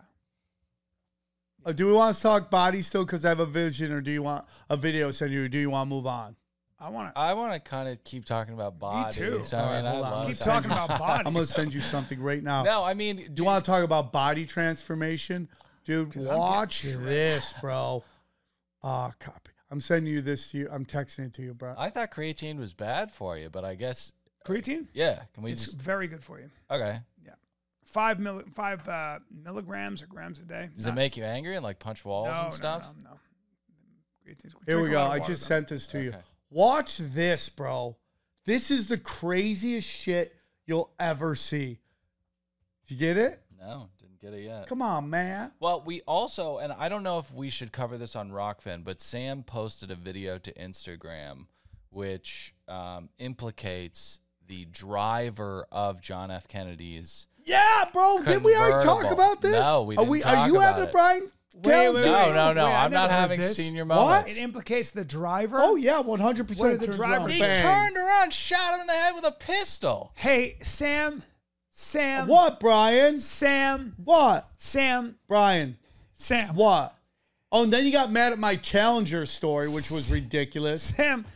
[SPEAKER 3] Uh, do we want to talk body still because I have a vision, or do you want a video send you, or do you want to move on?
[SPEAKER 2] I want to
[SPEAKER 4] I want to kind of keep talking about bodies.
[SPEAKER 2] too.
[SPEAKER 3] All
[SPEAKER 4] I
[SPEAKER 3] right,
[SPEAKER 4] mean, I
[SPEAKER 3] hold on.
[SPEAKER 4] love
[SPEAKER 2] keep
[SPEAKER 4] that.
[SPEAKER 2] talking about bodies.
[SPEAKER 3] I'm going to send you something right now.
[SPEAKER 4] No, I mean,
[SPEAKER 3] Do you want to talk about body transformation? Dude, watch this, bro. Ah, copy. I'm sending you this to you. I'm texting it to you, bro.
[SPEAKER 4] I thought creatine was bad for you, but I guess
[SPEAKER 2] creatine.
[SPEAKER 4] yeah. Can we
[SPEAKER 2] It's
[SPEAKER 4] just
[SPEAKER 2] very good for you.
[SPEAKER 4] okay?
[SPEAKER 2] five mil, five uh, milligrams or grams a day.
[SPEAKER 4] Does
[SPEAKER 2] Not-
[SPEAKER 4] it make you angry and like punch walls
[SPEAKER 2] no,
[SPEAKER 4] and stuff?
[SPEAKER 2] No, no, no. It- it-
[SPEAKER 3] Here we
[SPEAKER 2] drink a
[SPEAKER 3] go.
[SPEAKER 2] lot of
[SPEAKER 3] I
[SPEAKER 2] water,
[SPEAKER 3] just
[SPEAKER 2] though.
[SPEAKER 3] sent this to you.
[SPEAKER 4] Okay.
[SPEAKER 3] Watch this, bro. This is the craziest shit you'll ever see. You get it?
[SPEAKER 4] no. didn't get it yet.
[SPEAKER 3] Come on, man.
[SPEAKER 4] Well, we also, and I don't know if we should cover this on Rockfin, but Sam posted a video to Instagram which um, implicates the driver of John F. Kennedy's.
[SPEAKER 3] Yeah, bro. Did we already talk
[SPEAKER 4] Convertible.
[SPEAKER 3] about this?
[SPEAKER 4] No,
[SPEAKER 3] Are,
[SPEAKER 4] we didn't
[SPEAKER 3] we, are
[SPEAKER 4] talk
[SPEAKER 3] you
[SPEAKER 4] about
[SPEAKER 3] having a
[SPEAKER 4] it.
[SPEAKER 3] Brian?
[SPEAKER 2] Wait, wait,
[SPEAKER 3] Kelsey?
[SPEAKER 2] wait,
[SPEAKER 4] No, no,
[SPEAKER 2] wait,
[SPEAKER 4] no.
[SPEAKER 2] I
[SPEAKER 4] I'm
[SPEAKER 2] never
[SPEAKER 4] not
[SPEAKER 2] heard
[SPEAKER 4] having
[SPEAKER 2] this.
[SPEAKER 4] senior
[SPEAKER 3] What?
[SPEAKER 4] moments.
[SPEAKER 2] It implicates the driver.
[SPEAKER 3] Oh yeah, one hundred
[SPEAKER 2] What are
[SPEAKER 3] percent.
[SPEAKER 2] the drivers
[SPEAKER 4] He
[SPEAKER 2] Bang.
[SPEAKER 4] turned around, shot him in the head with a pistol.
[SPEAKER 2] Hey, Sam, Sam,
[SPEAKER 3] What, Brian?
[SPEAKER 2] Sam,
[SPEAKER 3] What,
[SPEAKER 2] Sam,
[SPEAKER 3] Brian?
[SPEAKER 2] Sam,
[SPEAKER 3] What? Oh, and then you got mad at my challenger story, which was ridiculous.
[SPEAKER 2] Sam.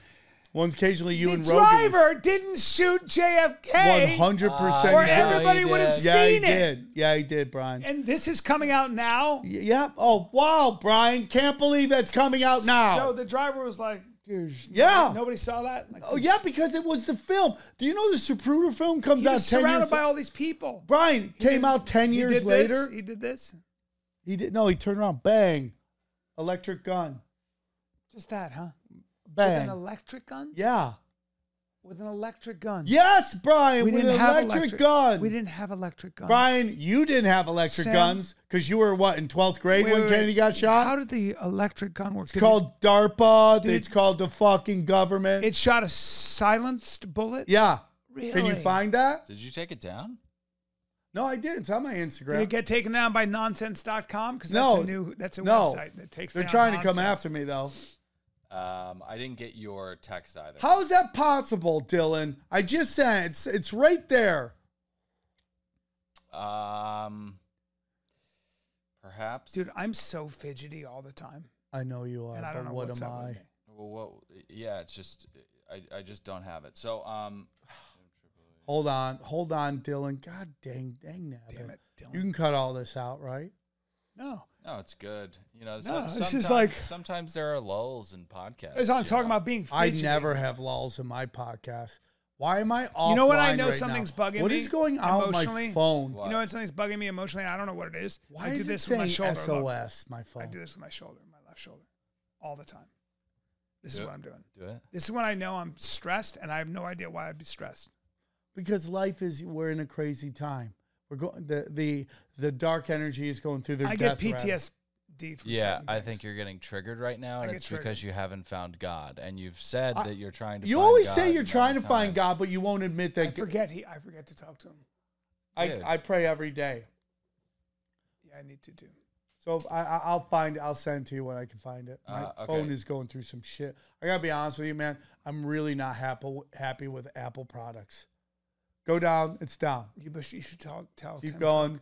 [SPEAKER 3] Once occasionally you
[SPEAKER 2] The
[SPEAKER 3] and Rogan.
[SPEAKER 2] driver didn't shoot
[SPEAKER 3] One
[SPEAKER 2] JFK,
[SPEAKER 3] hundred percent.
[SPEAKER 2] or
[SPEAKER 4] No, he
[SPEAKER 2] everybody would have
[SPEAKER 4] did.
[SPEAKER 3] Yeah, he
[SPEAKER 2] seen it.
[SPEAKER 3] did. Yeah, he did, Brian.
[SPEAKER 2] And this is coming out now.
[SPEAKER 3] Y- yeah. Oh wow, Brian. Can't believe that's coming out now.
[SPEAKER 2] So the driver was like, dude,
[SPEAKER 3] Yeah.
[SPEAKER 2] nobody saw that. Like,
[SPEAKER 3] oh yeah, because it was the film. Do you know the Zapruder film comes
[SPEAKER 2] he
[SPEAKER 3] out
[SPEAKER 2] was
[SPEAKER 3] ten years?
[SPEAKER 2] surrounded by all these people.
[SPEAKER 3] Brian came out ten
[SPEAKER 2] He
[SPEAKER 3] years
[SPEAKER 2] did this,
[SPEAKER 3] later.
[SPEAKER 2] he did this.
[SPEAKER 3] He did no. He turned around. Bang. Electric gun.
[SPEAKER 2] Just that, huh? With an
[SPEAKER 3] Bang.
[SPEAKER 2] electric gun?
[SPEAKER 3] Yeah.
[SPEAKER 2] With an electric gun.
[SPEAKER 3] Yes, Brian. with an electric, gun.
[SPEAKER 2] We didn't have electric guns.
[SPEAKER 3] Brian, you didn't have electric
[SPEAKER 2] Sam-
[SPEAKER 3] guns because you were what in twelfth grade
[SPEAKER 2] Wait,
[SPEAKER 3] when
[SPEAKER 2] wait, wait.
[SPEAKER 3] Kennedy got shot.
[SPEAKER 2] How did the electric gun work?
[SPEAKER 3] it's called DARPA.
[SPEAKER 2] Did
[SPEAKER 3] it's
[SPEAKER 2] it-
[SPEAKER 3] called the fucking government.
[SPEAKER 2] It, it shot a silenced bullet.
[SPEAKER 3] yeah. Can
[SPEAKER 2] Really?
[SPEAKER 3] you find that?
[SPEAKER 4] Did you take it down?
[SPEAKER 3] No, I didn't. It's on my Instagram.
[SPEAKER 2] Did it get taken down by nonsense.com? Because that's
[SPEAKER 3] no,
[SPEAKER 2] a new that's a
[SPEAKER 3] no.
[SPEAKER 2] website that takes.
[SPEAKER 3] They're
[SPEAKER 2] down
[SPEAKER 3] trying to come
[SPEAKER 2] nonsense.
[SPEAKER 3] after me though.
[SPEAKER 4] Um, I didn't get your text either.
[SPEAKER 3] How is that possible, Dylan? I just sent it. it's it's right there.
[SPEAKER 4] Um, perhaps.
[SPEAKER 2] Dude, I'm so fidgety all the time.
[SPEAKER 3] I know you are,
[SPEAKER 2] And I don't
[SPEAKER 3] but
[SPEAKER 2] know
[SPEAKER 3] what
[SPEAKER 2] what's
[SPEAKER 3] am
[SPEAKER 2] up with
[SPEAKER 3] I?
[SPEAKER 2] me.
[SPEAKER 4] Well, what? Yeah, it's just I, I just don't have it. So um,
[SPEAKER 3] Hold on, hold on, Dylan. God dang, dang that.
[SPEAKER 2] Damn it, Dylan.
[SPEAKER 3] You can cut all this out, right?
[SPEAKER 2] no.
[SPEAKER 4] no, it's good. You know,
[SPEAKER 2] No,
[SPEAKER 4] so,
[SPEAKER 2] it's
[SPEAKER 4] sometimes,
[SPEAKER 2] just like-
[SPEAKER 4] sometimes there are lulls in podcasts.
[SPEAKER 2] That's what
[SPEAKER 4] you
[SPEAKER 2] I'm talking
[SPEAKER 4] know?
[SPEAKER 2] about being
[SPEAKER 3] I
[SPEAKER 2] fidgety.
[SPEAKER 3] never have lulls in my podcast. Why am I off?
[SPEAKER 2] You know what I know something's bugging
[SPEAKER 3] What
[SPEAKER 2] me
[SPEAKER 3] is going on with my
[SPEAKER 2] emotionally?
[SPEAKER 3] phone?
[SPEAKER 4] What?
[SPEAKER 2] You know when something's bugging me emotionally? I don't know what it is.
[SPEAKER 3] Why
[SPEAKER 2] I do
[SPEAKER 3] is
[SPEAKER 2] this
[SPEAKER 3] it
[SPEAKER 2] with my
[SPEAKER 3] saying
[SPEAKER 2] shoulder.
[SPEAKER 3] SOS?
[SPEAKER 2] Look,
[SPEAKER 3] My
[SPEAKER 2] I
[SPEAKER 3] phone.
[SPEAKER 2] do this with my shoulder, my left shoulder, all the time. This is
[SPEAKER 4] Yeah.
[SPEAKER 2] what I'm doing.
[SPEAKER 4] Do it.
[SPEAKER 2] This is when I know I'm stressed, and I have no idea why I'd be stressed.
[SPEAKER 3] because life is we're in a crazy time. We're going the the the dark energy is going through their.
[SPEAKER 2] I get
[SPEAKER 3] death rattle.
[SPEAKER 2] PTSD from
[SPEAKER 4] Yeah,
[SPEAKER 2] certain
[SPEAKER 4] I
[SPEAKER 2] things.
[SPEAKER 4] think you're getting triggered right now, and
[SPEAKER 2] get
[SPEAKER 4] it's because you haven't found God, and you've said that you're trying to.
[SPEAKER 3] You
[SPEAKER 4] find
[SPEAKER 3] always
[SPEAKER 4] God
[SPEAKER 3] say you're
[SPEAKER 4] many
[SPEAKER 3] trying to find
[SPEAKER 4] times.
[SPEAKER 3] God, but you won't admit
[SPEAKER 2] I
[SPEAKER 3] that. g-
[SPEAKER 2] forget he. I forget to talk to him.
[SPEAKER 3] I,
[SPEAKER 4] Dude.
[SPEAKER 3] I pray every day.
[SPEAKER 2] Yeah, I need to do.
[SPEAKER 3] So if I, I- I'll find. I'll send to you when I can find it. My
[SPEAKER 4] Uh, okay.
[SPEAKER 3] phone is going through some shit. I gotta be honest with you, man. I'm really not happy happy with Apple products. Go down. It's down.
[SPEAKER 2] You, but you should tell. tell
[SPEAKER 3] Keep
[SPEAKER 2] Tim.
[SPEAKER 3] going.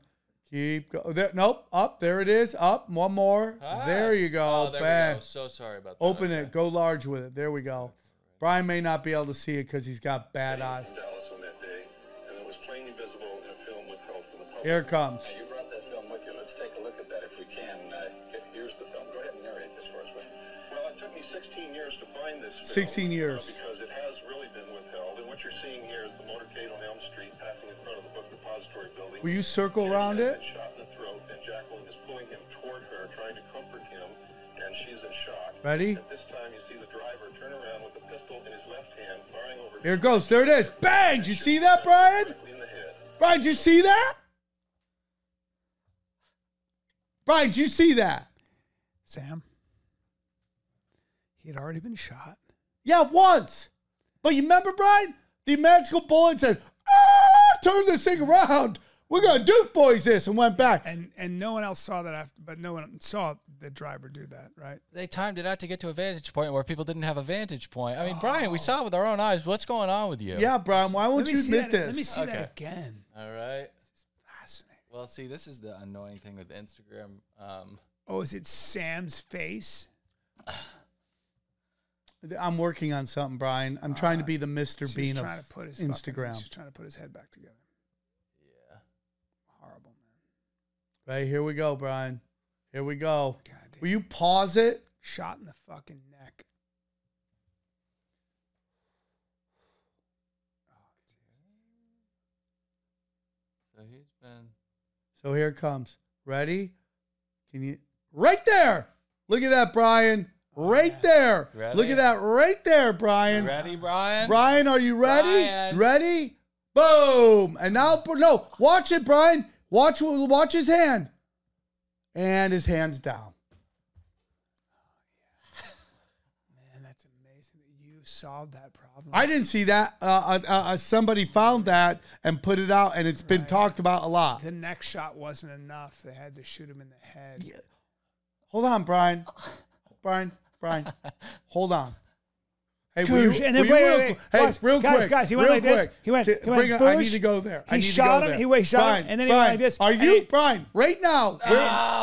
[SPEAKER 3] Keep going. There, nope. Up. There it is. Up. One more. There you go.
[SPEAKER 4] Oh, there
[SPEAKER 3] Bang.
[SPEAKER 4] we go. So sorry about that.
[SPEAKER 3] Open
[SPEAKER 4] Okay.
[SPEAKER 3] it. Go large with it. There we go. Brian may not be able to see it because he's got bad eyes.
[SPEAKER 8] in Dallas on that day, and it was plainly visible in a film withheld from the public.
[SPEAKER 3] Here it comes.
[SPEAKER 8] Now, you brought that film with you. Let's take a look at that if we can. Uh, he- here's the film. Go ahead and narrate this for us, man. Well, it took me 16 years to find this film.
[SPEAKER 3] 16 years.
[SPEAKER 8] uh, because it has really been withheld. And what you're seeing here is the motorcade on Elm Street passing in front of the book repository building.
[SPEAKER 3] Will you circle
[SPEAKER 8] And
[SPEAKER 3] around
[SPEAKER 8] he's
[SPEAKER 3] it?
[SPEAKER 8] been Shot in the throat, and Jacqueline is pulling him toward her, trying to comfort him, and she's in shock.
[SPEAKER 3] Ready?
[SPEAKER 8] At this time, you see the driver turn around with a pistol in his left hand, firing over.
[SPEAKER 3] Here it goes. There it is. Bang. Did you see that, Brian?
[SPEAKER 8] In the head.
[SPEAKER 3] Brian, did you see that? Brian, did you see that?
[SPEAKER 2] Sam. He had already been shot.
[SPEAKER 3] Yeah, once. But you remember, Brian? The magical bullet said, ah, turn this thing around. We're going to Duke boys this and went back.
[SPEAKER 2] and and no one else saw that after, but no one saw the driver do that, right?
[SPEAKER 4] They timed it out to get to a vantage point where people didn't have a vantage point. I mean, Brian, we saw with our own eyes. What's going on with you?
[SPEAKER 3] Yeah, Brian, why won't you
[SPEAKER 2] see
[SPEAKER 3] admit
[SPEAKER 2] that, Let me
[SPEAKER 3] this?
[SPEAKER 2] see
[SPEAKER 4] Okay.
[SPEAKER 2] that again.
[SPEAKER 4] All right.
[SPEAKER 2] Fascinating.
[SPEAKER 4] Well, see, this is the annoying thing with Instagram. Um,
[SPEAKER 2] Oh, is it Sam's face?
[SPEAKER 3] I'm working on something, Brian. I'm trying to be the Mr.
[SPEAKER 2] Uh, She was
[SPEAKER 3] Bean of
[SPEAKER 2] trying to put his fucking-
[SPEAKER 3] Instagram.
[SPEAKER 2] She's trying to put his head back together. Yeah. Horrible man.
[SPEAKER 3] Right, here we go, Brian. Here we go.
[SPEAKER 2] God damn.
[SPEAKER 3] Will you pause it?
[SPEAKER 2] Shot in the fucking neck.
[SPEAKER 4] so he's been.
[SPEAKER 3] So here it comes. Ready? Can you? Right there. Look at that, Brian.
[SPEAKER 2] Oh,
[SPEAKER 3] Right there.
[SPEAKER 4] Ready?
[SPEAKER 3] Look at that right there, Brian.
[SPEAKER 4] Ready, Brian?
[SPEAKER 3] Brian, are you ready?
[SPEAKER 4] Brian.
[SPEAKER 3] Ready? Boom. And now, no, watch it, Brian. Watch, watch his hand. And his hand's down.
[SPEAKER 2] Man, that's amazing that you solved that problem.
[SPEAKER 3] I didn't see that. Uh, uh, uh, somebody found that and put it out, and it's been talked about a lot.
[SPEAKER 2] the neck shot wasn't enough. They had to shoot him in the head.
[SPEAKER 3] Yeah. Hold on, Brian. Brian, Brian, hold on. Hey, will
[SPEAKER 2] Coosh,
[SPEAKER 3] you-
[SPEAKER 2] and then
[SPEAKER 3] will you
[SPEAKER 2] wait,
[SPEAKER 3] real
[SPEAKER 2] wait, wait.
[SPEAKER 3] qu- Hey,
[SPEAKER 2] Watch.
[SPEAKER 3] real
[SPEAKER 2] Guys,
[SPEAKER 3] quick.
[SPEAKER 2] guys, he went
[SPEAKER 3] real
[SPEAKER 2] like this.
[SPEAKER 3] quick.
[SPEAKER 2] He went- he
[SPEAKER 3] Bring
[SPEAKER 2] went
[SPEAKER 3] it- I need
[SPEAKER 2] boosh.
[SPEAKER 3] to go there. I
[SPEAKER 2] He
[SPEAKER 3] need
[SPEAKER 2] shot
[SPEAKER 3] to go
[SPEAKER 2] him,
[SPEAKER 3] there.
[SPEAKER 2] he went- he shot him,
[SPEAKER 3] Brian,
[SPEAKER 2] and then he
[SPEAKER 3] Brian,
[SPEAKER 2] went like this,
[SPEAKER 3] Are
[SPEAKER 2] and
[SPEAKER 3] you,
[SPEAKER 2] he-
[SPEAKER 3] Brian, right now? where-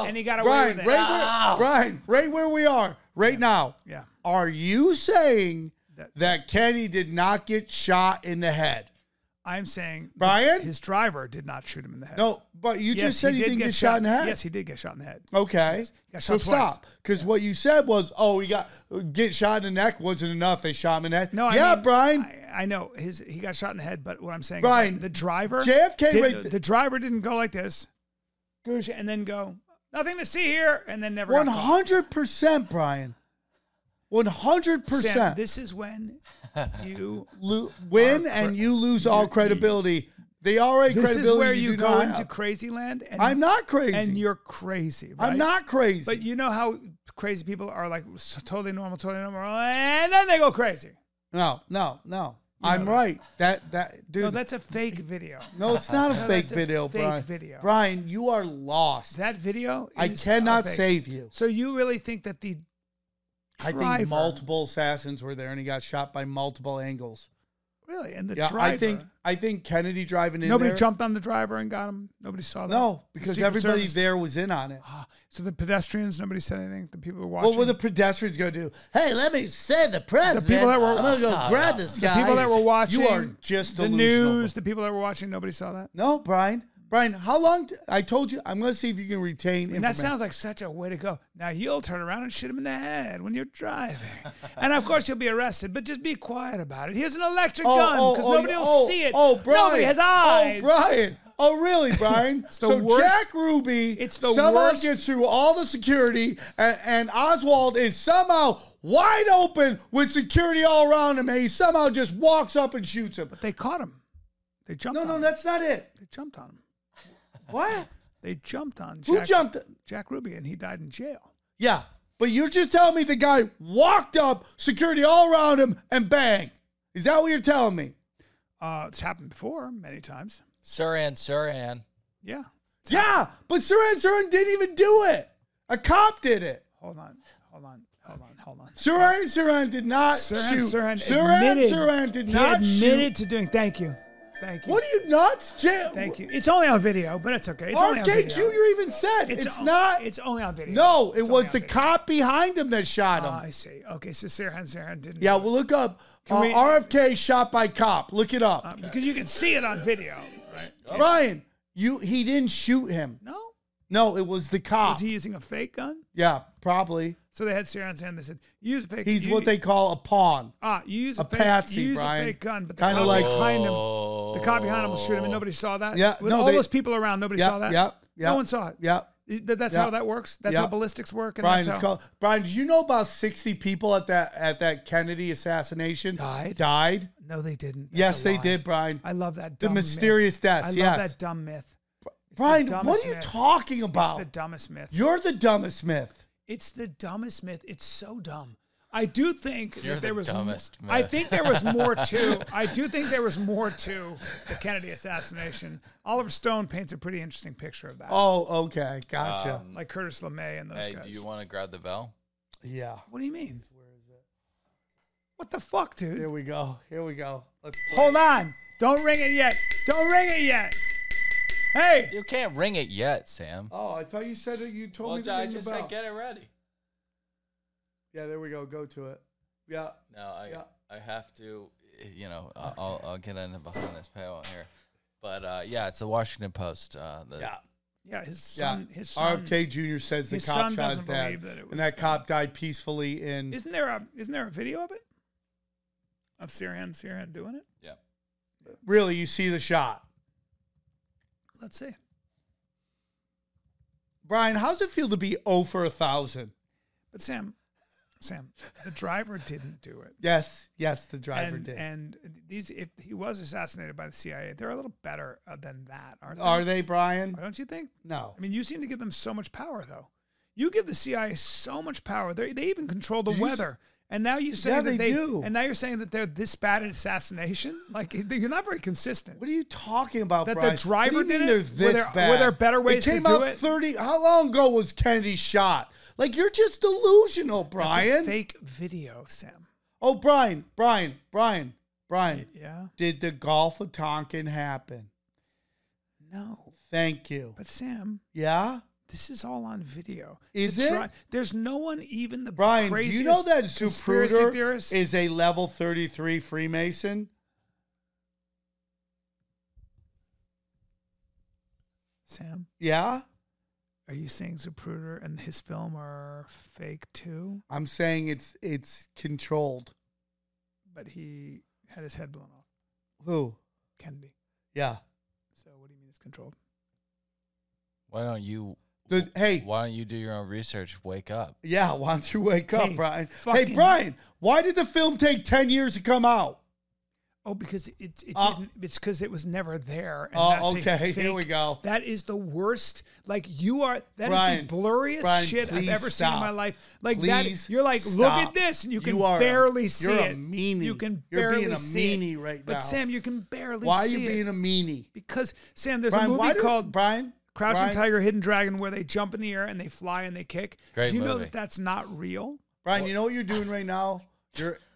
[SPEAKER 2] And he got away
[SPEAKER 3] Brian,
[SPEAKER 2] with
[SPEAKER 3] right
[SPEAKER 2] it.
[SPEAKER 3] where,
[SPEAKER 4] Ah.
[SPEAKER 3] Brian, right where we are right now.
[SPEAKER 2] Yeah.
[SPEAKER 3] Are you saying
[SPEAKER 2] That-
[SPEAKER 3] that Kenny did not get shot in the head?
[SPEAKER 2] I'm saying that
[SPEAKER 3] Brian?
[SPEAKER 2] his driver did not shoot him in the head.
[SPEAKER 3] No, but you just said he, didn't get, shot in the head.
[SPEAKER 2] Yes, he did get shot in the head.
[SPEAKER 3] Okay.
[SPEAKER 2] Got
[SPEAKER 3] So
[SPEAKER 2] shot twice.
[SPEAKER 3] stop, because what you said was, "Oh, he got get shot in the neck wasn't enough. They shot him in the head."
[SPEAKER 2] No, I
[SPEAKER 3] yeah,
[SPEAKER 2] mean,
[SPEAKER 3] Brian.
[SPEAKER 2] I, I know his he got shot in the head, but what I'm saying,
[SPEAKER 3] Brian,
[SPEAKER 2] is that the driver,
[SPEAKER 3] JFK
[SPEAKER 2] did,
[SPEAKER 3] right th-
[SPEAKER 2] the driver didn't go like this, goosh, and then go nothing to see here, and then never. got
[SPEAKER 3] One
[SPEAKER 2] caught.
[SPEAKER 3] hundred percent, Brian. One hundred
[SPEAKER 2] Sam,
[SPEAKER 3] percent.
[SPEAKER 2] This is when you.
[SPEAKER 3] Lo- win
[SPEAKER 2] Our
[SPEAKER 3] and
[SPEAKER 2] cre-
[SPEAKER 3] you lose all credibility. They already
[SPEAKER 2] This
[SPEAKER 3] credibility
[SPEAKER 2] is where
[SPEAKER 3] you,
[SPEAKER 2] you
[SPEAKER 3] do
[SPEAKER 2] go
[SPEAKER 3] not
[SPEAKER 2] into
[SPEAKER 3] have.
[SPEAKER 2] crazy land. And,
[SPEAKER 3] I'm not crazy.
[SPEAKER 2] And you're crazy.
[SPEAKER 3] I'm
[SPEAKER 2] right?
[SPEAKER 3] not crazy.
[SPEAKER 2] But you know how crazy people are like so totally normal, totally normal, and then they go crazy.
[SPEAKER 3] no, no, no.
[SPEAKER 2] You
[SPEAKER 3] I'm
[SPEAKER 2] know that.
[SPEAKER 3] right. That that dude.
[SPEAKER 2] No, that's a fake video.
[SPEAKER 3] no, it's not a fake
[SPEAKER 2] that's a
[SPEAKER 3] video,
[SPEAKER 2] fake
[SPEAKER 3] Brian.
[SPEAKER 2] video.
[SPEAKER 3] Brian, you are lost.
[SPEAKER 2] That video.
[SPEAKER 3] I
[SPEAKER 2] is
[SPEAKER 3] cannot
[SPEAKER 2] a fake.
[SPEAKER 3] save you.
[SPEAKER 2] So you really think that the
[SPEAKER 3] I think
[SPEAKER 2] driver-
[SPEAKER 3] multiple assassins were there, and he got shot by multiple angles.
[SPEAKER 2] Really? And the
[SPEAKER 3] Yeah,
[SPEAKER 2] driver.
[SPEAKER 3] I think I think Kennedy driving in
[SPEAKER 2] nobody
[SPEAKER 3] there-
[SPEAKER 2] jumped on the driver and got him. Nobody saw that.
[SPEAKER 3] No,
[SPEAKER 2] The
[SPEAKER 3] because
[SPEAKER 2] Secret
[SPEAKER 3] everybody
[SPEAKER 2] Service-
[SPEAKER 3] there was in on it.
[SPEAKER 2] So the pedestrians, nobody said anything. The people who were watching.
[SPEAKER 3] What were the pedestrians going to do? Hey, let me say the president.
[SPEAKER 2] that were- Oh,
[SPEAKER 3] I'm going to go grab this guy.
[SPEAKER 2] people that were watching?
[SPEAKER 3] You are just
[SPEAKER 2] the
[SPEAKER 3] delusional.
[SPEAKER 2] news. The people that were watching, nobody saw that.
[SPEAKER 3] No, Brian. Brian, how long? T- I told you. I'm going to see if you can retain.
[SPEAKER 2] And that
[SPEAKER 3] information.
[SPEAKER 2] sounds like such a way to go. Now you'll turn around and shoot him in the head when you're driving, and of course you'll be arrested. But just be quiet about it. Here's an electric
[SPEAKER 3] Oh,
[SPEAKER 2] gun
[SPEAKER 3] oh,
[SPEAKER 2] because
[SPEAKER 3] oh,
[SPEAKER 2] nobody will
[SPEAKER 3] oh,
[SPEAKER 2] see it.
[SPEAKER 3] Oh, Brian.
[SPEAKER 2] nobody has eyes.
[SPEAKER 3] Oh, Brian. Oh, really, Brian?
[SPEAKER 2] the
[SPEAKER 3] so
[SPEAKER 2] worst-
[SPEAKER 3] Jack Ruby
[SPEAKER 2] It's the
[SPEAKER 3] somehow
[SPEAKER 2] worst-
[SPEAKER 3] gets through all the security, and, and Oswald is somehow wide open with security all around him, and he somehow just walks up and shoots him.
[SPEAKER 2] They caught him. They jumped.
[SPEAKER 3] No,
[SPEAKER 2] on
[SPEAKER 3] no,
[SPEAKER 2] him.
[SPEAKER 3] that's not it.
[SPEAKER 2] they jumped on him.
[SPEAKER 3] What?
[SPEAKER 2] They jumped on. Jack,
[SPEAKER 3] Who jumped?
[SPEAKER 2] Jack Ruby, and he died in jail.
[SPEAKER 3] Yeah, but you're just telling me the guy walked up, security all around him, and bang. Is that what you're telling me?
[SPEAKER 2] Uh, it's happened before many times.
[SPEAKER 4] Suran, Suran.
[SPEAKER 2] Yeah.
[SPEAKER 3] Yeah, but Suran Suran didn't even do it. A cop did it.
[SPEAKER 2] Hold on. Hold on. Hold on. Hold on.
[SPEAKER 3] Suran Suran did not
[SPEAKER 2] Sirhan
[SPEAKER 3] shoot.
[SPEAKER 2] Sirhan
[SPEAKER 3] Suran
[SPEAKER 2] admitted-
[SPEAKER 3] Suran did
[SPEAKER 2] he
[SPEAKER 3] not shoot.
[SPEAKER 2] admitted to doing. Thank you. Thank you.
[SPEAKER 3] What are you nuts, Jay?
[SPEAKER 2] Thank you. It's only on video, but it's okay. It's only on
[SPEAKER 3] RFK
[SPEAKER 2] video.
[SPEAKER 3] Jr. even said it's,
[SPEAKER 2] on-
[SPEAKER 3] not.
[SPEAKER 2] It's only on video.
[SPEAKER 3] no,
[SPEAKER 2] It's
[SPEAKER 3] it
[SPEAKER 2] only
[SPEAKER 3] was
[SPEAKER 2] on
[SPEAKER 3] the
[SPEAKER 2] video.
[SPEAKER 3] cop behind him that shot him.
[SPEAKER 2] Ah, I see. Okay, so Sirhan Sirhan didn't.
[SPEAKER 3] yeah, well, look up uh,
[SPEAKER 2] we-
[SPEAKER 3] RFK shot by cop. Look it up.
[SPEAKER 2] Uh, because you can see it on video, right?
[SPEAKER 3] Ryan, you he didn't shoot him.
[SPEAKER 2] No.
[SPEAKER 3] No, it was the cop.
[SPEAKER 2] Was he using a fake gun?
[SPEAKER 3] yeah, probably.
[SPEAKER 2] So they had Sirhan Sirhan. They said, "Use a fake."
[SPEAKER 3] He's
[SPEAKER 2] you-
[SPEAKER 3] what they call a pawn.
[SPEAKER 2] Ah, you use a,
[SPEAKER 3] A
[SPEAKER 2] fake,
[SPEAKER 3] patsy,
[SPEAKER 2] you use
[SPEAKER 3] Brian.
[SPEAKER 2] a fake gun, but the
[SPEAKER 3] Kinda
[SPEAKER 2] cop
[SPEAKER 3] like-
[SPEAKER 2] behind him,
[SPEAKER 4] Oh.
[SPEAKER 2] the cop behind him will shoot him, and nobody saw that.
[SPEAKER 3] Yeah,
[SPEAKER 2] with
[SPEAKER 3] no,
[SPEAKER 2] all
[SPEAKER 3] they-
[SPEAKER 2] those people around, nobody
[SPEAKER 3] Yeah,
[SPEAKER 2] saw that.
[SPEAKER 3] yeah, yeah.
[SPEAKER 2] no one saw it.
[SPEAKER 3] Yeah.
[SPEAKER 2] Th- that's
[SPEAKER 3] Yeah.
[SPEAKER 2] how that works. That's
[SPEAKER 3] Yeah.
[SPEAKER 2] how ballistics work. And
[SPEAKER 3] Brian,
[SPEAKER 2] that's
[SPEAKER 3] it's
[SPEAKER 2] how,
[SPEAKER 3] called Brian. Did you know about sixty people at that at that Kennedy assassination
[SPEAKER 2] Died?
[SPEAKER 3] Died.
[SPEAKER 2] No, they didn't. That's
[SPEAKER 3] yes,
[SPEAKER 2] a
[SPEAKER 3] they
[SPEAKER 2] lie.
[SPEAKER 3] did, Brian.
[SPEAKER 2] I love that.
[SPEAKER 3] The
[SPEAKER 2] dumb
[SPEAKER 3] mysterious
[SPEAKER 2] myth.
[SPEAKER 3] deaths,
[SPEAKER 2] I love
[SPEAKER 3] yes.
[SPEAKER 2] that dumb myth. It's the
[SPEAKER 3] Brian, what
[SPEAKER 2] dumbest
[SPEAKER 3] are you
[SPEAKER 2] myth.
[SPEAKER 3] talking
[SPEAKER 2] It's
[SPEAKER 3] about?
[SPEAKER 2] the dumbest myth.
[SPEAKER 3] You're the dumbest myth.
[SPEAKER 2] it's the dumbest myth. It's so dumb. I do think
[SPEAKER 4] You're
[SPEAKER 2] that there
[SPEAKER 4] the
[SPEAKER 2] was.
[SPEAKER 4] dumbest
[SPEAKER 2] mo- I
[SPEAKER 4] myth.
[SPEAKER 2] think there was more to. I do think there was more to the Kennedy assassination. Oliver Stone paints a pretty interesting picture of that,
[SPEAKER 3] Oh, okay, gotcha.
[SPEAKER 2] like Curtis LeMay and those
[SPEAKER 4] Hey,
[SPEAKER 2] guys.
[SPEAKER 4] do you want to grab the bell?
[SPEAKER 3] yeah.
[SPEAKER 2] what do you mean? What the fuck, dude?
[SPEAKER 3] Here we go. Here we go. Let's play.
[SPEAKER 2] Hold on! Don't ring it yet. Don't ring it yet. Hey.
[SPEAKER 4] You can't ring it yet, Sam.
[SPEAKER 3] Oh, I thought you said that you told me to ring the bell.
[SPEAKER 4] it ready.
[SPEAKER 3] yeah, there we go. Go to it. Yeah.
[SPEAKER 4] No, I
[SPEAKER 3] Yeah.
[SPEAKER 4] I have to, you know, I- I'll I'll get in behind this paywall here, but uh, yeah, it's the Washington Post. Uh, the,
[SPEAKER 3] Yeah.
[SPEAKER 2] Yeah, his son. His son.
[SPEAKER 3] RFK Jr. says the
[SPEAKER 2] his
[SPEAKER 3] cop
[SPEAKER 2] son
[SPEAKER 3] shot his
[SPEAKER 2] doesn't
[SPEAKER 3] dad,
[SPEAKER 2] believe that it
[SPEAKER 3] and
[SPEAKER 2] was
[SPEAKER 3] that cop died peacefully in.
[SPEAKER 2] Isn't there a isn't there a video of it? Of Sirhan Sirhan doing it?
[SPEAKER 4] yeah.
[SPEAKER 3] Really, you see the shot,
[SPEAKER 2] Let's see.
[SPEAKER 3] Brian. How's it feel to be 0 for a thousand?
[SPEAKER 2] But Sam, Sam, the driver didn't do it.
[SPEAKER 3] Yes, yes, the driver
[SPEAKER 2] And,
[SPEAKER 3] did.
[SPEAKER 2] and these, if he was assassinated by the CIA, they're a little better uh, than that, aren't they?
[SPEAKER 3] Are they, Brian?
[SPEAKER 2] Don't you think?
[SPEAKER 3] No.
[SPEAKER 2] I mean, you seem to give them so much power, though. You give the CIA so much power. They they even control the
[SPEAKER 3] Do you s-
[SPEAKER 2] weather. and now you say
[SPEAKER 3] Yeah,
[SPEAKER 2] that
[SPEAKER 3] they do.
[SPEAKER 2] And now you're saying that they're this bad at assassination. Like you're not very consistent.
[SPEAKER 3] What are you talking about,
[SPEAKER 2] That the
[SPEAKER 3] Brian?
[SPEAKER 2] driver
[SPEAKER 3] what do you mean
[SPEAKER 2] did
[SPEAKER 3] they're
[SPEAKER 2] it? Were
[SPEAKER 3] this
[SPEAKER 2] there- were
[SPEAKER 3] bad?
[SPEAKER 2] there better ways
[SPEAKER 3] it
[SPEAKER 2] to
[SPEAKER 3] came
[SPEAKER 2] do
[SPEAKER 3] out
[SPEAKER 2] it?
[SPEAKER 3] Thirty. How long ago was Kennedy shot? Like you're just delusional,
[SPEAKER 2] That's a
[SPEAKER 3] Brian.
[SPEAKER 2] fake video, Sam.
[SPEAKER 3] Oh, Brian, Brian, Brian, Brian.
[SPEAKER 2] Yeah.
[SPEAKER 3] Did the Gulf of Tonkin happen?
[SPEAKER 2] No.
[SPEAKER 3] Thank you.
[SPEAKER 2] But Sam,
[SPEAKER 3] Yeah.
[SPEAKER 2] This is all on video.
[SPEAKER 3] Is
[SPEAKER 2] The
[SPEAKER 3] it?
[SPEAKER 2] there's no one even the
[SPEAKER 3] Brian, do
[SPEAKER 2] craziest
[SPEAKER 3] you know that
[SPEAKER 2] conspiracy
[SPEAKER 3] Zapruder
[SPEAKER 2] theorist.
[SPEAKER 3] is a level 33 Freemason?
[SPEAKER 2] Sam,
[SPEAKER 3] Yeah.
[SPEAKER 2] are you saying Zapruder and his film are fake too?
[SPEAKER 3] I'm saying it's it's controlled.
[SPEAKER 2] But he had his head blown off.
[SPEAKER 3] Who?
[SPEAKER 2] Kennedy.
[SPEAKER 3] Yeah.
[SPEAKER 2] So what do you mean it's controlled?
[SPEAKER 4] Why don't you?
[SPEAKER 3] The, hey,
[SPEAKER 4] Why don't you do your own research? Wake up.
[SPEAKER 3] yeah, why don't you wake up,
[SPEAKER 2] Hey,
[SPEAKER 3] Brian? Hey,
[SPEAKER 2] fucking-
[SPEAKER 3] Brian, why did the film take 10 years to come out?
[SPEAKER 2] Oh, because it, it
[SPEAKER 3] Uh,
[SPEAKER 2] didn't. It's because it was never there. And
[SPEAKER 3] Oh,
[SPEAKER 2] that's a
[SPEAKER 3] okay, here we
[SPEAKER 2] fake-
[SPEAKER 3] go.
[SPEAKER 2] That is the worst. Like you are. that is
[SPEAKER 3] Brian,
[SPEAKER 2] the blurriest
[SPEAKER 3] Brian,
[SPEAKER 2] shit I've
[SPEAKER 3] please
[SPEAKER 2] ever seen
[SPEAKER 3] stop.
[SPEAKER 2] in my life. Like
[SPEAKER 3] Please
[SPEAKER 2] that. You're like, look
[SPEAKER 3] stop.
[SPEAKER 2] at this, and you can
[SPEAKER 3] You are a-
[SPEAKER 2] barely see
[SPEAKER 3] you're a
[SPEAKER 2] it.
[SPEAKER 3] meanie.
[SPEAKER 2] You can
[SPEAKER 3] You're
[SPEAKER 2] barely
[SPEAKER 3] being a
[SPEAKER 2] see it.
[SPEAKER 3] meanie right now.
[SPEAKER 2] But Sam, you can barely.
[SPEAKER 3] Why are
[SPEAKER 2] see
[SPEAKER 3] you
[SPEAKER 2] it.
[SPEAKER 3] being a meanie?
[SPEAKER 2] Because Sam, there's
[SPEAKER 3] Brian,
[SPEAKER 2] a
[SPEAKER 3] why
[SPEAKER 2] movie
[SPEAKER 3] do-
[SPEAKER 2] called
[SPEAKER 3] Brian?
[SPEAKER 2] Crouching
[SPEAKER 3] Brian,
[SPEAKER 2] Tiger, Hidden Dragon, where they jump in the air and they fly and they kick.
[SPEAKER 4] Great
[SPEAKER 2] Do you know
[SPEAKER 4] movie.
[SPEAKER 2] that that's not real?
[SPEAKER 3] Brian, you know what you're doing right now? You're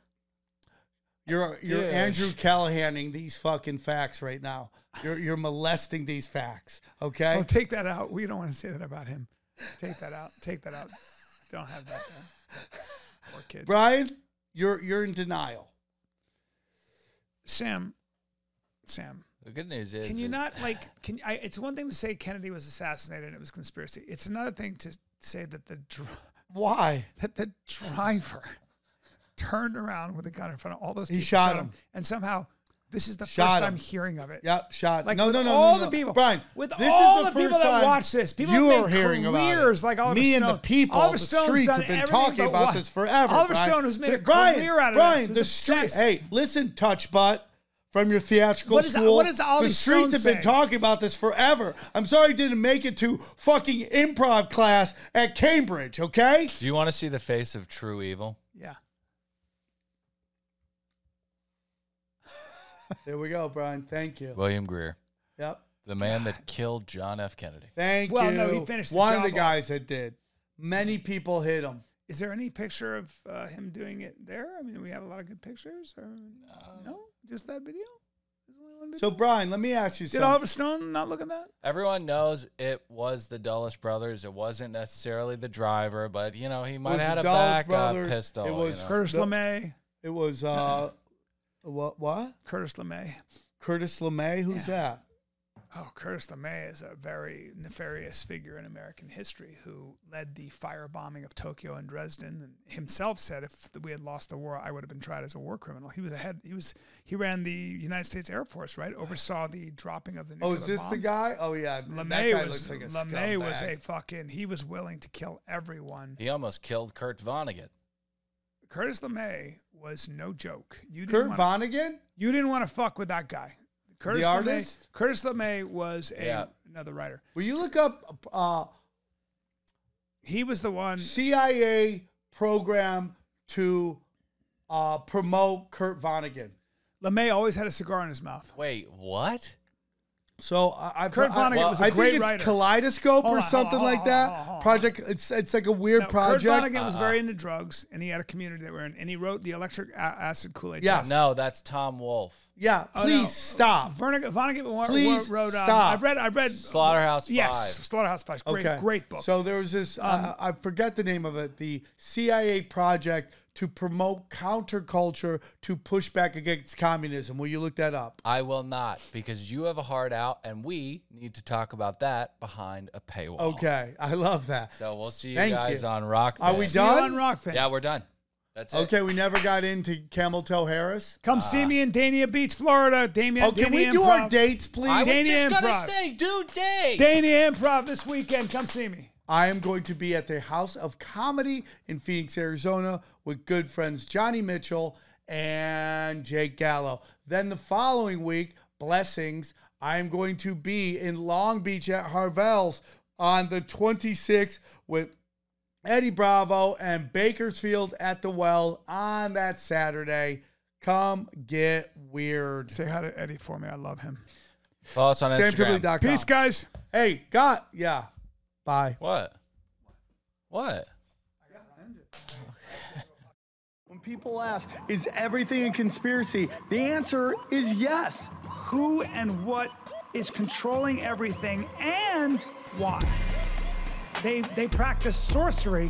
[SPEAKER 3] You're you're
[SPEAKER 4] Dude.
[SPEAKER 3] Andrew Callahaning these fucking facts right now. You're you're molesting these facts. Okay.
[SPEAKER 2] Oh, take that out. We don't want to say that about him. Take that out. Take that out. Don't have that. There. Poor kid.
[SPEAKER 3] Brian, you're you're in denial.
[SPEAKER 2] Sam. Sam.
[SPEAKER 4] The good news is,
[SPEAKER 2] Can you
[SPEAKER 4] it-
[SPEAKER 2] not like? Can I, it's one thing to say Kennedy was assassinated and it was conspiracy. It's another thing to say that the dr-
[SPEAKER 3] Why?
[SPEAKER 2] that the driver turned around with a gun in front of all those
[SPEAKER 3] He
[SPEAKER 2] people.
[SPEAKER 3] shot him.
[SPEAKER 2] and somehow this is the
[SPEAKER 3] Shot
[SPEAKER 2] first
[SPEAKER 3] him.
[SPEAKER 2] time hearing of it.
[SPEAKER 3] Yep, shot.
[SPEAKER 2] Like
[SPEAKER 3] no,
[SPEAKER 2] with
[SPEAKER 3] no, no,
[SPEAKER 2] all
[SPEAKER 3] no, no.
[SPEAKER 2] the people,
[SPEAKER 3] Brian,
[SPEAKER 2] with
[SPEAKER 3] this
[SPEAKER 2] all
[SPEAKER 3] is the,
[SPEAKER 2] the people
[SPEAKER 3] first
[SPEAKER 2] that
[SPEAKER 3] time
[SPEAKER 2] watch this. People
[SPEAKER 3] you
[SPEAKER 2] have
[SPEAKER 3] are
[SPEAKER 2] made
[SPEAKER 3] hearing
[SPEAKER 2] careers
[SPEAKER 3] about it.
[SPEAKER 2] like Oliver
[SPEAKER 3] Me and
[SPEAKER 2] Stone.
[SPEAKER 3] the people,
[SPEAKER 2] Oliver
[SPEAKER 3] the
[SPEAKER 2] Stone's
[SPEAKER 3] streets
[SPEAKER 2] done
[SPEAKER 3] have been
[SPEAKER 2] everything
[SPEAKER 3] talking
[SPEAKER 2] but
[SPEAKER 3] about
[SPEAKER 2] what?
[SPEAKER 3] this forever.
[SPEAKER 2] Oliver
[SPEAKER 3] Brian.
[SPEAKER 2] Stone has made a
[SPEAKER 3] Brian,
[SPEAKER 2] career out of
[SPEAKER 3] Brian,
[SPEAKER 2] this.
[SPEAKER 3] the
[SPEAKER 2] He's
[SPEAKER 3] street.
[SPEAKER 2] obsessed.
[SPEAKER 3] Hey, listen, touch butt. From your theatrical
[SPEAKER 2] What is-
[SPEAKER 3] school,
[SPEAKER 2] what is Oliver
[SPEAKER 3] the streets
[SPEAKER 2] Stone
[SPEAKER 3] have been
[SPEAKER 2] saying?
[SPEAKER 3] talking about this forever. I'm sorry I didn't make it to fucking improv class at Cambridge. Okay,
[SPEAKER 4] Do you want to see the face of true evil?
[SPEAKER 2] Yeah.
[SPEAKER 3] there we go, Brian. Thank you.
[SPEAKER 4] William Greer,
[SPEAKER 3] Yep.
[SPEAKER 4] the man that killed John F. Kennedy.
[SPEAKER 3] Thank
[SPEAKER 2] Well,
[SPEAKER 3] you.
[SPEAKER 2] no, he finished the
[SPEAKER 3] One of
[SPEAKER 2] job
[SPEAKER 3] the
[SPEAKER 2] off.
[SPEAKER 3] guys that did. Many people hit him.
[SPEAKER 2] Is there any picture of uh, him doing it there? I mean, we have a lot of good pictures, or no? Just that video? There's only one
[SPEAKER 3] So,
[SPEAKER 2] video?
[SPEAKER 3] Brian, let me ask you
[SPEAKER 2] Did
[SPEAKER 3] something.
[SPEAKER 2] Oliver Stone not look at that?
[SPEAKER 4] Everyone knows it was the Dulles brothers. It wasn't necessarily the driver, but you know he might
[SPEAKER 3] was
[SPEAKER 4] have had
[SPEAKER 3] the
[SPEAKER 4] a
[SPEAKER 3] Dulles
[SPEAKER 4] backup
[SPEAKER 3] brothers.
[SPEAKER 4] pistol.
[SPEAKER 3] It
[SPEAKER 4] you
[SPEAKER 3] was
[SPEAKER 4] know.
[SPEAKER 2] Curtis
[SPEAKER 3] No.
[SPEAKER 2] LeMay.
[SPEAKER 3] It was uh, what? What?
[SPEAKER 2] Curtis LeMay.
[SPEAKER 3] Curtis LeMay? Who's that?
[SPEAKER 2] Oh, Curtis LeMay is a very nefarious figure in American history who led the firebombing of Tokyo and Dresden, and himself said, "If we had lost the war, I would have been tried as a war criminal." He was ahead. He was he ran the United States Air Force, right? Oversaw the dropping of the.
[SPEAKER 3] Oh,
[SPEAKER 2] Nuclear
[SPEAKER 3] is this the
[SPEAKER 2] bomb.
[SPEAKER 3] guy? Oh yeah, that
[SPEAKER 2] LeMay
[SPEAKER 3] guy
[SPEAKER 2] was
[SPEAKER 3] looks like a
[SPEAKER 2] LeMay was a
[SPEAKER 3] scumbag.
[SPEAKER 2] fucking. He was willing to kill everyone.
[SPEAKER 4] He almost killed Kurt Vonnegut.
[SPEAKER 2] Curtis LeMay was no joke. You didn't
[SPEAKER 3] Kurt
[SPEAKER 2] wanna-
[SPEAKER 3] Vonnegut.
[SPEAKER 2] You didn't want to fuck with that guy. Curtis
[SPEAKER 3] artist?
[SPEAKER 2] LeMay. Curtis LeMay was a
[SPEAKER 4] Yeah.
[SPEAKER 2] another writer.
[SPEAKER 3] Will you look up uh,
[SPEAKER 2] He was the one.
[SPEAKER 3] CIA program to uh, promote Kurt Vonnegut?
[SPEAKER 2] LeMay always had a cigar in his mouth.
[SPEAKER 4] Wait, what?
[SPEAKER 3] So I, I've
[SPEAKER 2] Kurt
[SPEAKER 3] I,
[SPEAKER 2] Vonnegut
[SPEAKER 4] was a
[SPEAKER 3] I
[SPEAKER 2] great
[SPEAKER 3] think it's
[SPEAKER 2] writer.
[SPEAKER 3] Kaleidoscope
[SPEAKER 2] Hold
[SPEAKER 3] or
[SPEAKER 2] on, hold on,
[SPEAKER 3] something
[SPEAKER 2] hold on,
[SPEAKER 3] like
[SPEAKER 2] hold on,
[SPEAKER 3] that.
[SPEAKER 2] hold on, hold on.
[SPEAKER 3] Project. It's it's like a weird
[SPEAKER 2] Now,
[SPEAKER 3] project.
[SPEAKER 2] Kurt Vonnegut was
[SPEAKER 4] Uh-huh.
[SPEAKER 2] very into drugs, and he had a community that were in, and he wrote the Electric A- Acid Kool Aid.
[SPEAKER 3] Yeah.
[SPEAKER 2] Test.
[SPEAKER 4] No, that's Tom Wolfe.
[SPEAKER 3] yeah,
[SPEAKER 2] Oh,
[SPEAKER 3] please
[SPEAKER 2] no.
[SPEAKER 3] stop.
[SPEAKER 2] Vonnegut, Vonnegut wa- wa-
[SPEAKER 3] Please
[SPEAKER 2] wrote. Um,
[SPEAKER 3] stop.
[SPEAKER 2] I've read. I've read
[SPEAKER 4] Slaughterhouse
[SPEAKER 2] Yes,
[SPEAKER 4] Five.
[SPEAKER 2] Slaughterhouse Five. Great, great book. Um,
[SPEAKER 3] So there was this, uh, I forget the name of it, the CIA project to promote counterculture to push back against communism. Will you look that up?
[SPEAKER 4] I will not because you have a hard out, and we need to talk about that behind a paywall.
[SPEAKER 3] Okay, I love that.
[SPEAKER 4] Oh. So we'll see you
[SPEAKER 3] Thank
[SPEAKER 4] guys
[SPEAKER 3] you.
[SPEAKER 4] on Rock.
[SPEAKER 3] Are we
[SPEAKER 4] Band.
[SPEAKER 2] See you
[SPEAKER 3] done?
[SPEAKER 2] on Rockfin.
[SPEAKER 4] Yeah, we're done. That's it.
[SPEAKER 3] Okay, we never got into Camel Toe Harris.
[SPEAKER 2] Come see me in Dania Beach, Florida. Damien.
[SPEAKER 3] Ah. Oh, can we
[SPEAKER 2] Dania
[SPEAKER 3] do our
[SPEAKER 2] Improv.
[SPEAKER 3] dates,
[SPEAKER 4] I
[SPEAKER 3] please?
[SPEAKER 4] was
[SPEAKER 2] Danny
[SPEAKER 4] just gonna
[SPEAKER 2] Improv.
[SPEAKER 4] say, do date.
[SPEAKER 2] Dania Improv this weekend. Come see me.
[SPEAKER 3] I am going to be at the House of Comedy in Phoenix, Arizona with good friends Johnny Mitchell and Jake Gallo. Then the following week, blessings, I am going to be in Long Beach at Harvell's on the 26th with Eddie Bravo and Bakersfield at the Well on that Saturday. Come get weird.
[SPEAKER 2] Say hi to Eddie for me. I love him.
[SPEAKER 4] Follow us on Instagram.
[SPEAKER 3] SamTibley.com.
[SPEAKER 2] Peace, guys.
[SPEAKER 3] Hey, God. Yeah. Bye.
[SPEAKER 4] What? What?
[SPEAKER 1] When people ask, is everything a conspiracy? The answer is yes.
[SPEAKER 2] Who and what is controlling everything and why? They they practice sorcery.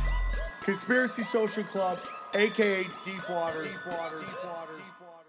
[SPEAKER 3] Conspiracy Social Club, aka Deep Waters. Deep Waters. Deep Waters. Deep Waters.